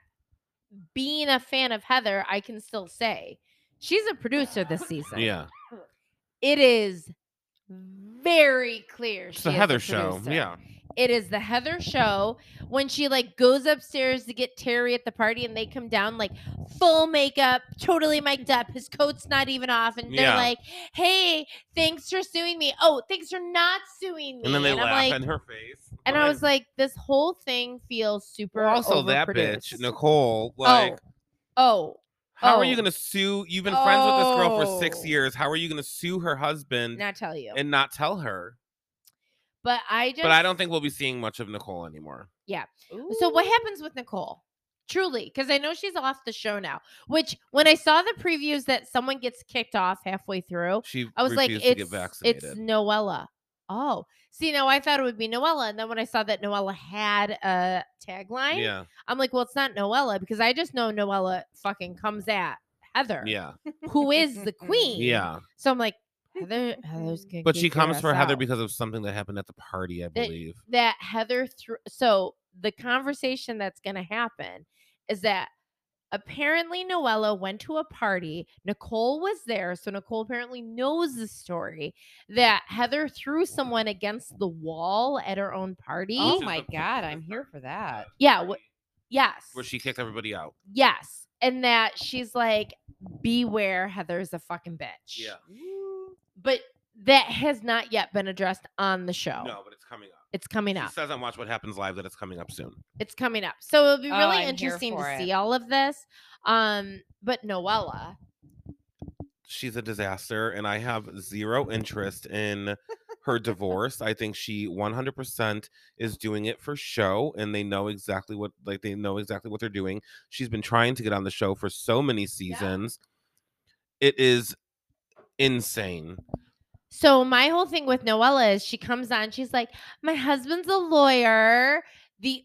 D: being a fan of Heather, I can still say she's a producer this season.
E: *laughs* Yeah,
D: It is very clear.
E: it's
D: she
E: the
D: is a
E: Heather show.
D: producer.
E: Yeah,
D: It is the Heather show when she like goes upstairs to get Terry at the party and they come down like full makeup, totally mic'd up, his coat's not even off, and they're
E: Yeah.
D: like, Hey, thanks for suing me. Oh, thanks for not suing me.
E: and then they
D: I'm
E: laugh
D: like,
E: in her face.
D: and I was like, this whole thing feels super.
E: Well, also that bitch
D: overproduced.
E: Nicole. Like,
D: Oh,
E: how are you
D: oh.
E: gonna sue? You've been friends with this girl for
D: Oh.
E: six years. How are you gonna sue her husband
D: not tell you.
E: and not tell her?
D: but I just.
E: But I don't think we'll be seeing much of Nicole anymore.
D: So what happens with Nicole? Truly, because I know she's off the show now. Which, when I saw the previews that someone gets kicked off halfway through,
E: She
D: I was like,
E: refused to
D: it's
E: get vaccinated.
D: it's Noella. Oh, see, now I thought it would be Noella, and then when I saw that Noella had a tagline,
E: yeah,
D: I'm like, well, it's not Noella because I just know Noella fucking comes at Heather,
E: yeah,
D: who is the queen.
E: *laughs* yeah.
D: So I'm like, Heather,
E: *laughs*
D: Heather's gonna
E: But she
D: kick your
E: comes for
D: ass
E: Heather
D: out.
E: because of something that happened at the party, I
D: That-
E: believe.
D: that Heather threw. So the conversation that's gonna happen is that apparently Noella went to a party. Nicole was there, so Nicole apparently knows the story that Heather threw someone against the wall at her own party.
A: Oh
E: This is
A: my
E: the-
A: God,
E: this
A: I'm
E: is
A: here
E: the-
A: for that.
D: Yeah, wh- Yes.
E: Where she kicked everybody out.
D: yes. And that she's like, beware, Heather's a fucking bitch.
E: Yeah.
D: But that has not yet been addressed on the show.
E: No, but it's coming up.
D: It's coming up.
E: She says on Watch What Happens Live that it's coming up soon.
D: it's coming up. So it'll be
A: Oh,
D: really
A: I'm here
D: interesting
A: for
D: to
A: it.
D: see all of this. Um, but Noella,
E: She's a disaster, and I have zero interest in her divorce. I think she 100% is doing it for show, and they know exactly what like they know exactly what they're doing. She's been trying to get on the show for so many seasons. It is insane.
D: so my whole thing with Noella is she comes on, she's like, My husband's a lawyer. The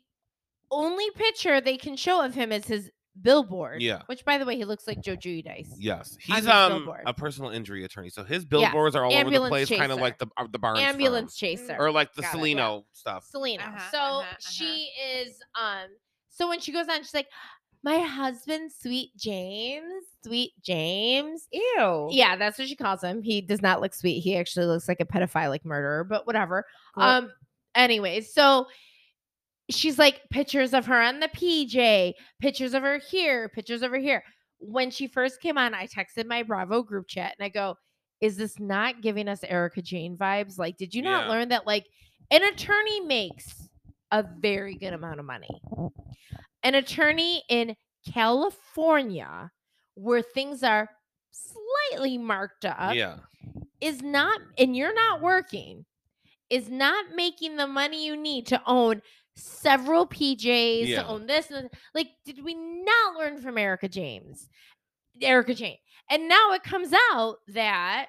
D: only picture they can show of him is his billboard.
E: Yeah.
D: Which by the way, he looks like Joe Judice.
E: Yes,
D: On
E: he's
D: his
E: um
D: billboard.
E: a personal injury attorney, so his billboards are all over the
D: ambulance
E: place, kind of like the
D: chaser.
E: uh, the Barnes firm,
D: Ambulance chaser.
E: or like the
A: Got it, yeah.
E: Celino stuff.
D: Selena.
A: Uh-huh,
D: so
A: uh-huh, uh-huh.
D: she is um so when she goes on, she's like, My husband, sweet James, sweet James.
A: Ew.
D: Yeah, that's what she calls him. He does not look sweet. He actually looks like a pedophilic murderer, but whatever.
A: Cool.
D: Um, anyways, so she's like pictures of her on the PJ, pictures of her here, pictures of her here. When she first came on, I texted my Bravo group chat and I go, Is this not giving us Erica Jane vibes? Like, did you not
E: Yeah.
D: learn that like an attorney makes a very good amount of money? An attorney in California, where things are slightly marked up
E: Yeah,
D: is not and you're not working is not making the money you need to own several PJs
E: Yeah.
D: to own this and this. like did we not learn from Erica James Erica Jane and now it comes out that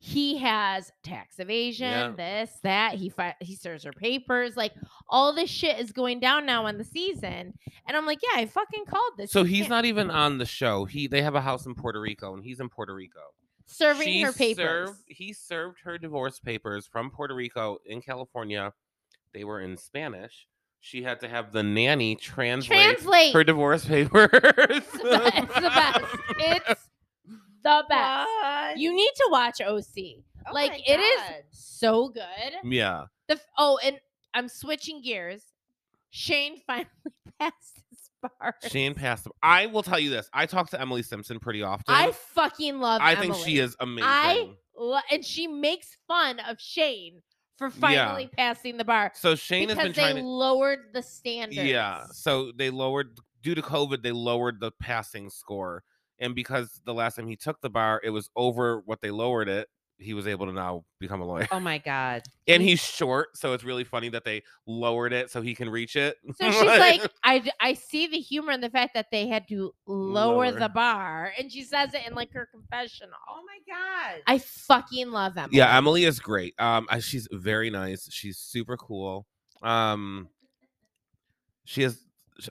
D: he has tax evasion this that he fi- he serves her papers like all this shit is going down now on the season and I'm like yeah I fucking called this
E: so
D: You
E: he's
D: can't-
E: not even on the show. He they have a house in Puerto Rico, and he's in Puerto Rico.
D: serving
E: She
D: her papers
E: served- he served her divorce papers from Puerto Rico in California. They were in Spanish, she had to have the nanny translate,
D: Translate.
E: her divorce papers. it's
D: *laughs* it's the best. It's the best.
A: What?
D: You need to watch OC.
A: Oh
D: like
A: my
D: it is
A: God.
D: so good.
E: *laughs* Yeah.
D: The f- oh, and I'm switching gears. Shane *laughs* finally passed his bar.
E: Shane passed. the- I will tell you this. I talk to Emily Simpson pretty often.
D: I fucking love.
E: I think she
D: Emily.
E: is amazing.
D: I lo- and she makes fun of Shane for finally passing the bar
E: so Shane has
D: because
E: been
D: they
E: trying to
D: lowered the standards.
E: Yeah. So they lowered due to COVID, they lowered the passing score. And because the last time he took the bar, it was over what they lowered it, he was able to now become a lawyer. *laughs*
A: Oh my god.
E: And
D: Mm.
E: he's short, so it's really funny that they lowered it so he can reach it. *laughs*
D: So she's like, I, d- I see the humor in the fact that they had to lower,
E: Lower.
D: the bar, and she says it in like her confessional.
A: Oh my god.
D: I fucking love Emily.
E: Yeah, Emily is great. Um I- she's very nice. She's super cool. Um she is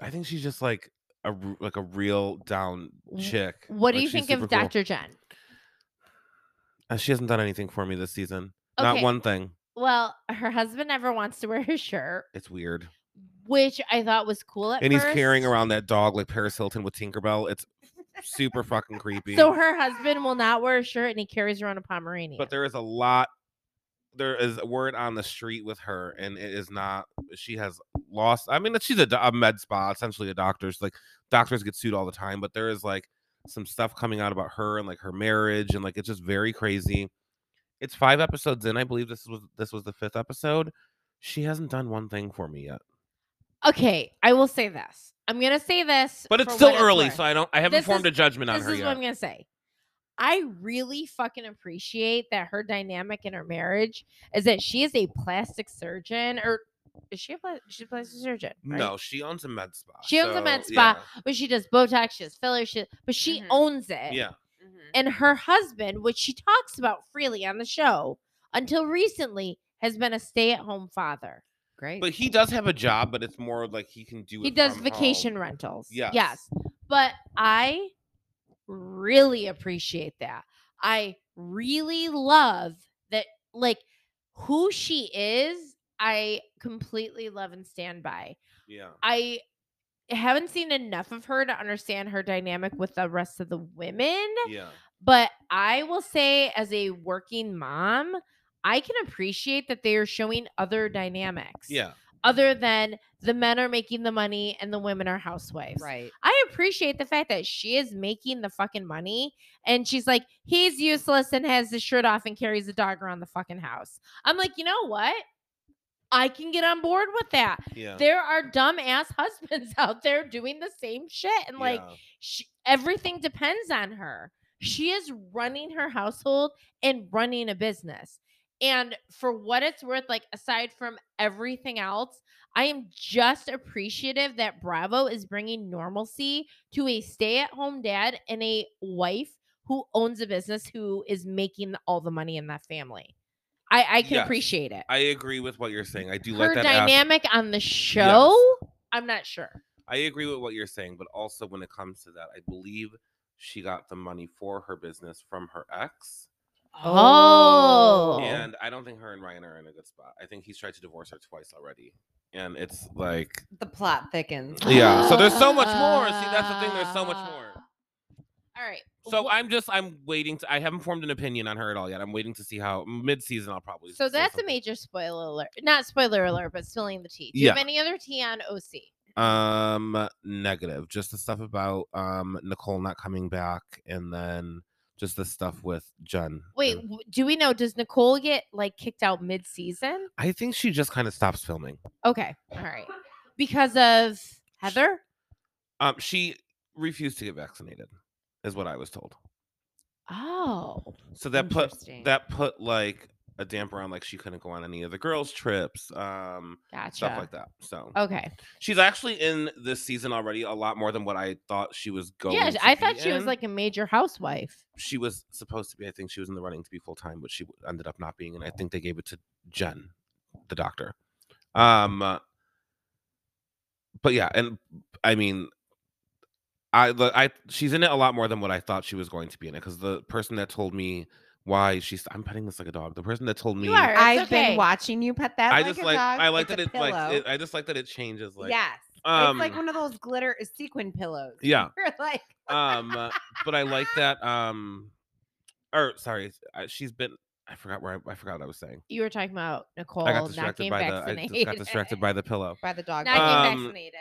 E: I think she's just like a r- like a real down
D: W-
E: chick.
D: What do
E: Like,
D: you
E: she's
D: think of
E: super cool.
D: Dr. Jen?
E: Uh, She hasn't done anything for me this season. Not
D: Okay.
E: one thing.
D: Well, her husband never wants to wear his shirt,
E: It's weird.
D: which I thought was cool at
E: and he's carrying
D: first.
E: around that dog like Paris Hilton with Tinkerbell. It's super fucking creepy.
D: So her husband will not wear a shirt, and he carries around a pomeranian.
E: but there is a lot. There is a word on the street with her, and it is not. She has lost. I mean, she's a, do- a med spa, essentially a doctor's. Like doctors get sued all the time, but there is like some stuff coming out about her and like her marriage, and like it's just very crazy. It's five episodes in, I believe. This was this was the fifth episode. She hasn't done one thing for me yet,
D: okay, I will say this. I'm gonna say this,
E: but it's
D: for
E: still
D: what
E: early,
D: worth.
E: so I don't. I haven't
D: This
E: formed
D: is-
E: a judgment on
D: this
E: her
D: is
E: yet.
D: what I'm gonna say. I really fucking appreciate that her dynamic in her marriage is that she is a plastic surgeon, or is she a pla- she's a plastic surgeon? right?
E: No, she owns a med spa.
D: She owns a med
E: so,
D: spa, but she does Botox, she does filler, she but she
A: Mhm.
D: owns
E: Yeah.
D: it.
E: yeah.
D: And her husband, which she talks about freely on the show, until recently has been a stay-at-home father.
A: Great.
E: But he does have a job, but it's more like he can do it.
D: eh, He does
E: from
D: vacation
E: home.
D: rentals.
E: Yes.
D: Yes. But I really appreciate that. I really love that, like, who she is, I completely love and stand by.
E: Yeah.
D: I haven't seen enough of her to understand her dynamic with the rest of the women,
E: Yeah.
D: but I will say, as a working mom, I can appreciate that they are showing other dynamics
E: Yeah.
D: other than the men are making the money and the women are housewives.
A: right.
D: I appreciate the fact that she is making the fucking money and she's like, he's useless and has his shirt off and carries a dog around the fucking house. I'm like, you know what? I can get on board with that.
E: Yeah.
D: There are dumb ass *laughs* husbands out there doing the same shit. And like,
E: yeah.
D: she, everything depends on her. She is running her household and running a business. And for what it's worth, like aside from everything else, I am just appreciative that Bravo is bringing normalcy to a stay at home dad and a wife who owns a business who is making all the money in that family. I, I can
E: Yes.
D: appreciate it.
E: I agree with what you're saying. I do
D: Her
E: like that. as-
D: dynamic on the show, I'm not sure.
E: I agree with what you're saying, but also when it comes to that, I believe she got the money for her business from her ex,
D: Oh.
E: and I don't think her and Ryan are in a good spot. I think he's tried to divorce her twice already, and it's
D: *gasps*
E: like
A: The plot thickens. *laughs*
E: Yeah, so there's so much more. See, that's the thing, there's so much more.
D: All right.
E: So
D: wh-
E: I'm just I'm waiting to I haven't formed an opinion on her at all yet. I'm waiting to see how mid season I'll probably
D: So
E: say
D: that's a
E: something.
D: major spoiler alert. Not spoiler alert, but spilling the tea. Do you have
E: Yeah.
D: any other tea on OC?
E: Um, negative. Just the stuff about um Nicole not coming back, and then just the stuff with Jen.
D: Wait,
E: and-
D: w- do we know? Does Nicole get like kicked out mid season?
E: I think she just kind of stops filming.
D: Okay. All right. Because of Heather?
E: Um, she refused to get vaccinated, is what I was told.
D: Oh.
E: So that put
A: Interesting.
E: that put like a damper on like she couldn't go on any of the girls' trips, um,
D: Gotcha.
E: stuff like that. So
D: Okay.
E: she's actually in this season already a lot more than what I thought she was going.
D: yeah,
E: to
D: I
E: be
D: thought she was
E: in.
D: like a major housewife.
E: she was supposed to be. I think she was in the running to be full time, but she w- ended up not being. And I think they gave it to Jen, the doctor. Um, uh, but yeah, and I mean, I the- I she's in it a lot more than what I thought she was going to be in it because the person that told me why she's I'm petting this like a dog. The person that told me
D: You are. It's
A: I've
D: okay.
A: been watching you pet that.
E: I
A: like
E: just
A: a
E: like
A: dog.
E: I
A: It's
E: like that
A: a
E: it like
A: pillow.
E: it, I just like that it changes like
A: yes,
E: um
A: it's like one of those glitter uh, sequin pillows.
E: yeah.
A: *laughs* You're like
E: um uh, but I like
D: *laughs*
E: that um or sorry uh, she's been I forgot where I, I forgot what I was saying.
D: You were talking about Nicole
E: I got
D: not
E: distracted
D: getting
E: by the I
D: vaccinated.
E: just got distracted by the pillow.
A: by the dog.
D: *laughs*
A: *laughs*
D: not getting
E: Um,
D: vaccinated.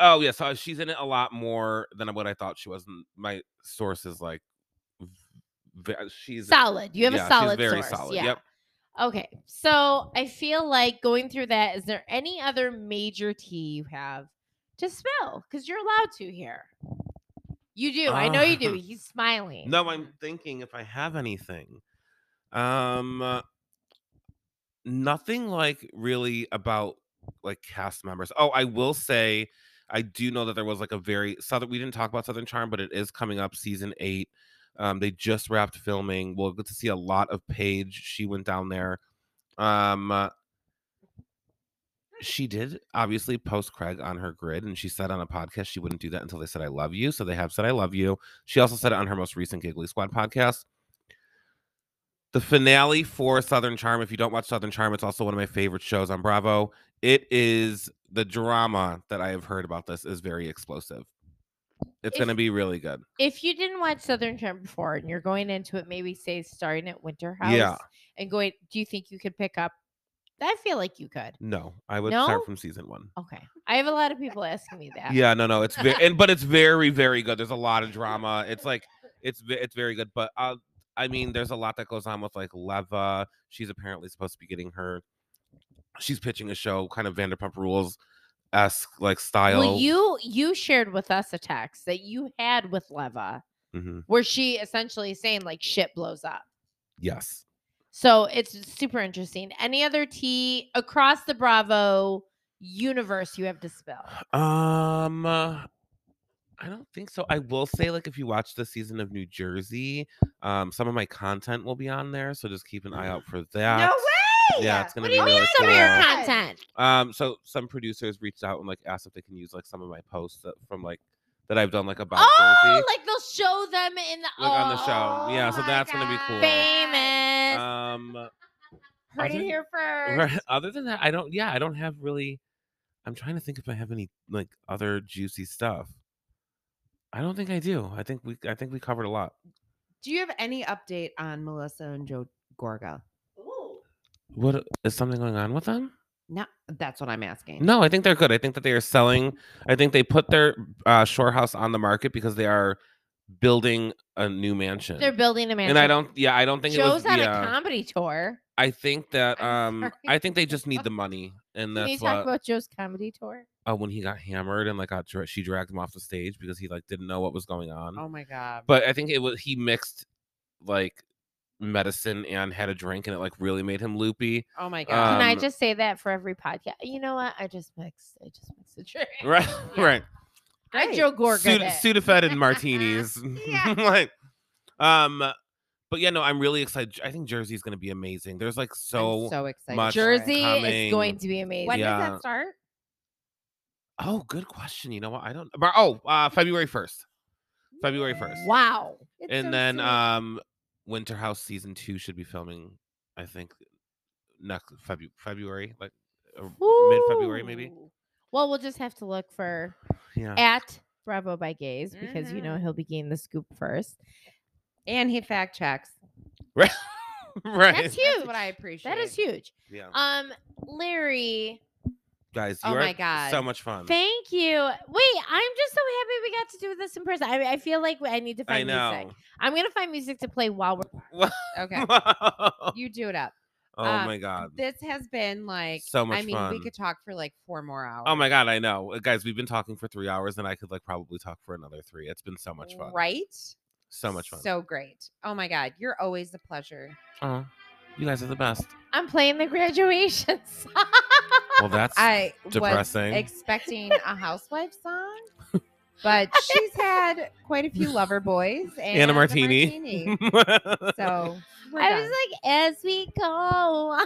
E: Oh yeah, so she's in it a lot more than what I thought she was. And my source is like, v- ve- she's
D: Solid. You have
E: yeah,
D: a
E: she's
D: solid
E: very
D: source.
E: solid,
D: Yeah.
E: yep.
D: Okay. So I feel like going through that, is there any other major tea you have to spill? Because you're allowed to here. You do. I know you do.
E: *laughs* Um,
D: He's smiling.
E: No, I'm thinking if I have anything. Um uh, nothing like really about like cast members. Oh, I will say I do know that there was like a very southern we didn't talk about Southern Charm, but it is coming up season 8. Um they just wrapped filming. We'll get to see a lot of Paige. She went down there. Um uh, she did obviously post Craig on her grid, and she said on a podcast she wouldn't do that until they said "I love you." So they have said "I love you." She also said it on her most recent Giggly Squad podcast. The finale for Southern Charm, if you don't watch Southern Charm, it's also one of my favorite shows on Bravo. It is the drama that I have heard about this is very explosive. It's
D: If-
E: going to be really good.
D: if you didn't watch Southern Charm before and you're going into it, maybe say starting at Winter House
E: Yeah.
D: and going, do you think you could pick up? I feel like you could.
E: No, I would start
D: No?
E: from season one.
D: Okay. I have a lot of people asking me that.
E: Yeah, no, no, it's very, and but it's very, very good. There's a
A: *laughs*
E: lot of drama. It's like it's ve- it's very good, but uh, I mean, there's a lot that goes on with like Leva. She's apparently supposed to be getting her. She's pitching a show, kind of Vanderpump Rules esque like style.
D: Well, you you shared with us a text that you had with Leva
E: Mhm.
D: where she essentially is saying like shit blows up.
E: Yes.
D: So it's super interesting. Any other tea across the Bravo universe you have to
E: *sighs*
D: spill?
E: Um, uh, I don't think so. I will say, like, if you watch the season of New Jersey, um, some of my content will be on there, so just keep an
A: *gasps*
E: eye out for that.
A: no way.
E: Uh, Yeah, it's gonna
A: What
E: be
A: do you
E: really
A: mean
E: cool.
D: Some of your
E: Yeah.
D: content.
E: Um, so some producers reached out and like asked if they can use like some of my posts that, from like that I've done like about
D: Oh,
E: Jersey,
D: like they'll show them in the
E: like on the
D: oh
E: show. Yeah, so
D: my
E: that's gonna be cool.
D: Famous.
E: Um,
A: Heard it
E: other-
A: here first.
E: *laughs* right, other than that, I don't. Yeah, I don't have really. I'm trying to think if I have any like other juicy stuff. I don't think I do. I think we. I think we covered a lot.
A: Do you have any update on Melissa and Joe Gorga?
E: What is something going on with them?
A: No, that's what I'm asking.
E: No, I think they're good. I think that they are selling. I think they put their uh, shore house on the market because they are building a new mansion.
D: They're building a mansion.
E: And I don't, yeah, I don't think it was.
D: Joe's on
E: yeah,
D: a comedy tour.
E: I think that
D: I'm
E: um,
D: sorry. Oh.
E: I think they just need the money, and
D: Can you
E: that's
D: talk
E: what.
D: about Joe's comedy tour?
E: uh, when he got hammered and like got dra- she dragged him off the stage because he like didn't know what was going on.
A: Oh my god.
E: But I think it was he mixed like medicine and had a drink, and it like really made him loopy.
A: oh my
E: um,
A: god.
D: Can I just say that for every podcast? You know what? I just mixed. I just mixed the drink.
E: Right, *laughs* right.
D: I Joe Gorga.
E: Sud-
D: it. *laughs*
E: Sudafed and martinis.
A: Yeah.
E: *laughs* like, um, but yeah, no, I'm really excited. I think Jersey's gonna be amazing. There's like so.
A: I'm so excited.
E: much
A: for it.
D: Jersey
E: coming.
D: is going to be amazing.
A: When does
E: Yeah.
A: that start?
E: oh, good question. You know what? I don't. but- Oh, uh, February first. February first.
D: Wow.
A: It's
E: and
A: so
E: then
A: soon.
E: um winter house season two should be filming i think next Febu- february like uh, mid-February, maybe?
D: Ooh. Well, we'll just have to look
E: *laughs*
D: for
E: yeah
D: at Bravo by Gaze because you know he'll be getting the scoop first.
A: and he fact checks.
E: right right *laughs*
D: That's huge.
A: That's what I appreciate.
D: That is huge.
E: yeah
D: Um, Larry,
E: guys
A: oh
E: you are
A: my God.
E: so much fun
D: thank you. Wait, I'm just so happy we got to do this in person. I, I feel like I need to
E: i
D: find
E: know
D: music. I'm gonna find music to play while we're.
A: Okay.
E: *laughs* oh
A: You do it up. Um,
E: my god
A: This has been like
E: So
A: I
E: much
A: mean, we
E: fun.
A: could talk for like four more hours.
E: oh my god i know Uh, guys we've been talking for three hours and i could like probably talk for another three it's been so much fun
A: Right?
E: so much fun
A: So great. Oh my god, you're always a pleasure.
E: Aw, Uh-huh. you guys are the best
A: *laughs*
D: I'm playing the *laughs* graduation song.
E: Oh well that's
A: I
E: Depressing.
A: was
E: *laughs*
A: expecting a housewife song, but she's had quite a few lover
E: *laughs*
A: boys and
E: anna
A: a
E: martini,
A: martini. So we're
D: I
A: done.
D: was like, as we go.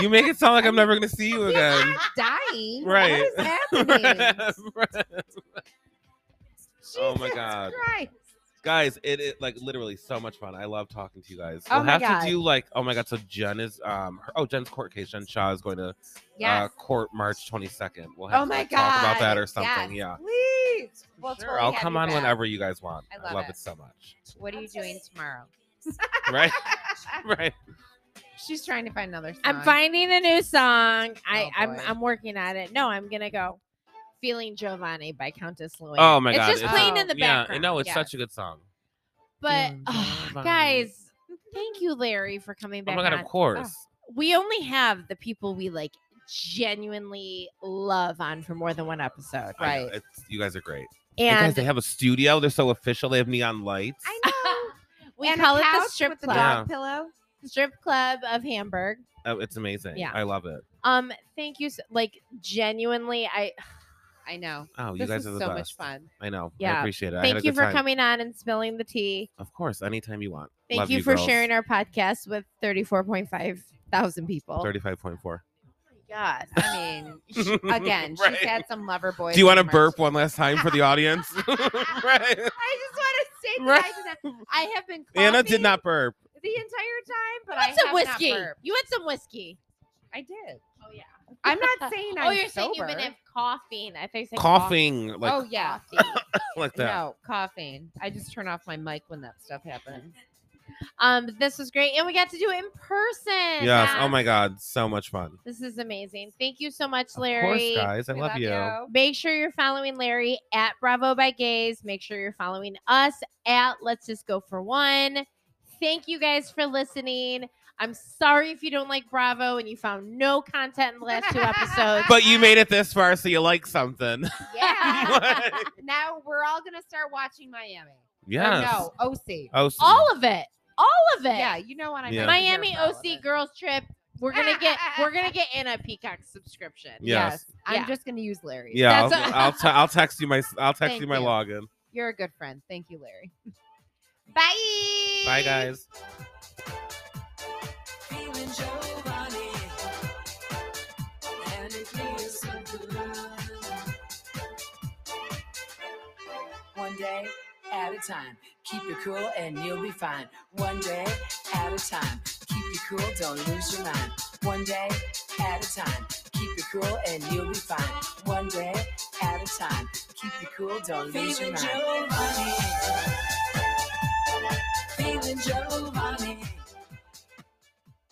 E: you make it sound like i'm never gonna see you again
A: dying.
E: Right. *laughs*
A: What is happening?
E: Right. *laughs* Oh my
A: Jesus
E: God.
A: Christ.
E: Guys, it, it like literally so much fun. I love talking to you guys.
A: Oh
E: We'll
A: my
E: have
A: God.
E: to do like oh my god. So Jen is um her, oh Jen's court case. Jen Shaw is going to
A: Yes.
E: uh, court March twenty second. We'll have
A: oh
E: to
A: my
E: like,
A: god.
E: talk about that or something.
A: Yes,
E: Yeah,
A: Please. We'll
E: sure.
A: totally
E: I'll
A: have
E: come
A: you
E: on
A: back.
E: whenever you guys want.
A: I
E: I
A: love
E: love,
A: it.
E: it
A: *laughs*
E: so much. *laughs*
A: What are you doing tomorrow?
E: Right, right.
A: She's trying to find another. Song.
D: I'm finding a new song. I
A: Oh,
D: I'm
A: boy.
D: I'm working on it. No, I'm gonna go. Feeling Giovanni by Countess Luann.
E: Oh my god,
D: It's just
A: it's-
D: playing in
A: Oh,
D: the
E: yeah.
D: background.
E: I know it's
D: yeah.
E: such a good song.
D: But
E: Feeling
D: oh,
E: Giovanni.
D: guys, thank you, Larry, for coming
E: Oh
D: back.
E: my god,
D: on.
E: of course.
D: We only have the people we like genuinely love on for more than one episode,
E: I know,
D: right?
E: it's, you guys are great. And guys,
D: And
E: they have a studio. They're so official. They have neon lights.
D: *laughs*
A: I know.
D: we
A: And a
D: call it the
A: couch
D: strip
A: with the
D: club,
E: Yeah.
A: dog pillow.
D: strip club of Hamburg.
E: Oh, it's amazing.
D: Yeah.
E: I love it.
D: Um, thank you. So, like genuinely, I *sighs*
A: I know.
E: Oh, you
A: this
E: guys
A: is
E: are the
A: so
E: best.
A: much fun.
E: I know.
D: Yeah.
E: I appreciate it. I had a
D: thank you
E: good
D: for
E: time.
D: coming on and spilling the tea.
E: Of course, anytime you want.
D: Thank
E: Love
D: you, for
E: girls.
D: sharing our podcast with thirty four point five thousand people.
E: Thirty-five point four.
D: God,
A: Oh I mean,
E: *laughs*
A: sh- again,
E: Right.
A: she's had some lover boys.
E: Do you want to
A: in her-
E: burp one last time
A: *laughs*
E: for the audience? *laughs* right.
A: I just want to say that I,
E: Right.
A: did not- I have been.
E: *laughs* Anna did
A: coughing
E: not burp.
A: the entire time, but I
D: want some
A: have not
D: whiskey?
A: burped.
D: You want some whiskey?
A: I did.
D: Oh yeah.
A: I'm
D: *laughs*
A: not saying I'm
D: oh, you're saying you've been
A: sober.
D: have coughing. I thought you said cough-
E: Coughing like
A: oh yeah,
D: coffee.
E: *laughs* like that.
A: no coughing. I just turn off my mic when that stuff happens.
D: *laughs* um, but this was great, and we got to do it in person.
E: Yes.
D: Ah,
E: Oh my God. So much fun.
D: This is amazing. Thank you so much,
E: Of
D: Larry.
E: course, guys. I
A: We
E: love, you.
D: Make sure you're following Larry at Bravo by Gays. Make sure you're following us at Let's Just Go for One. Thank you guys for listening. I'm sorry if you don't like Bravo and you found no content in the last two episodes.
A: *laughs*
E: But you made it this far, so you like something. *laughs*
A: Yeah.
E: yes.
A: now we're all gonna start watching Miami. Or No, OC.
E: Oh,
D: all of it. All of it.
A: Yeah, you know what I mean.
E: Yeah.
D: Miami OC girls trip. We're gonna get we're gonna get in a Peacock subscription.
E: Yes.
A: Yes. I'm
D: Yeah.
A: just gonna use Larry.
E: Yeah,
A: *laughs*
E: I'll,
D: That's a-
E: I'll, te- I'll text you my I'll text
A: Thank
E: you my
A: you.
E: login.
A: You're a good friend. Thank you, Larry. Bye.
E: Bye guys.
C: Feeling Giovanni, and it feels so good. Oh, One day at a time, keep your cool and you'll be fine. One day at a time, keep your cool, don't lose your mind. One day at a time, keep your cool and you'll be fine. One day at a time, keep your cool, don't lose your mind. Feeling Giovanni. Feeling Giovanni.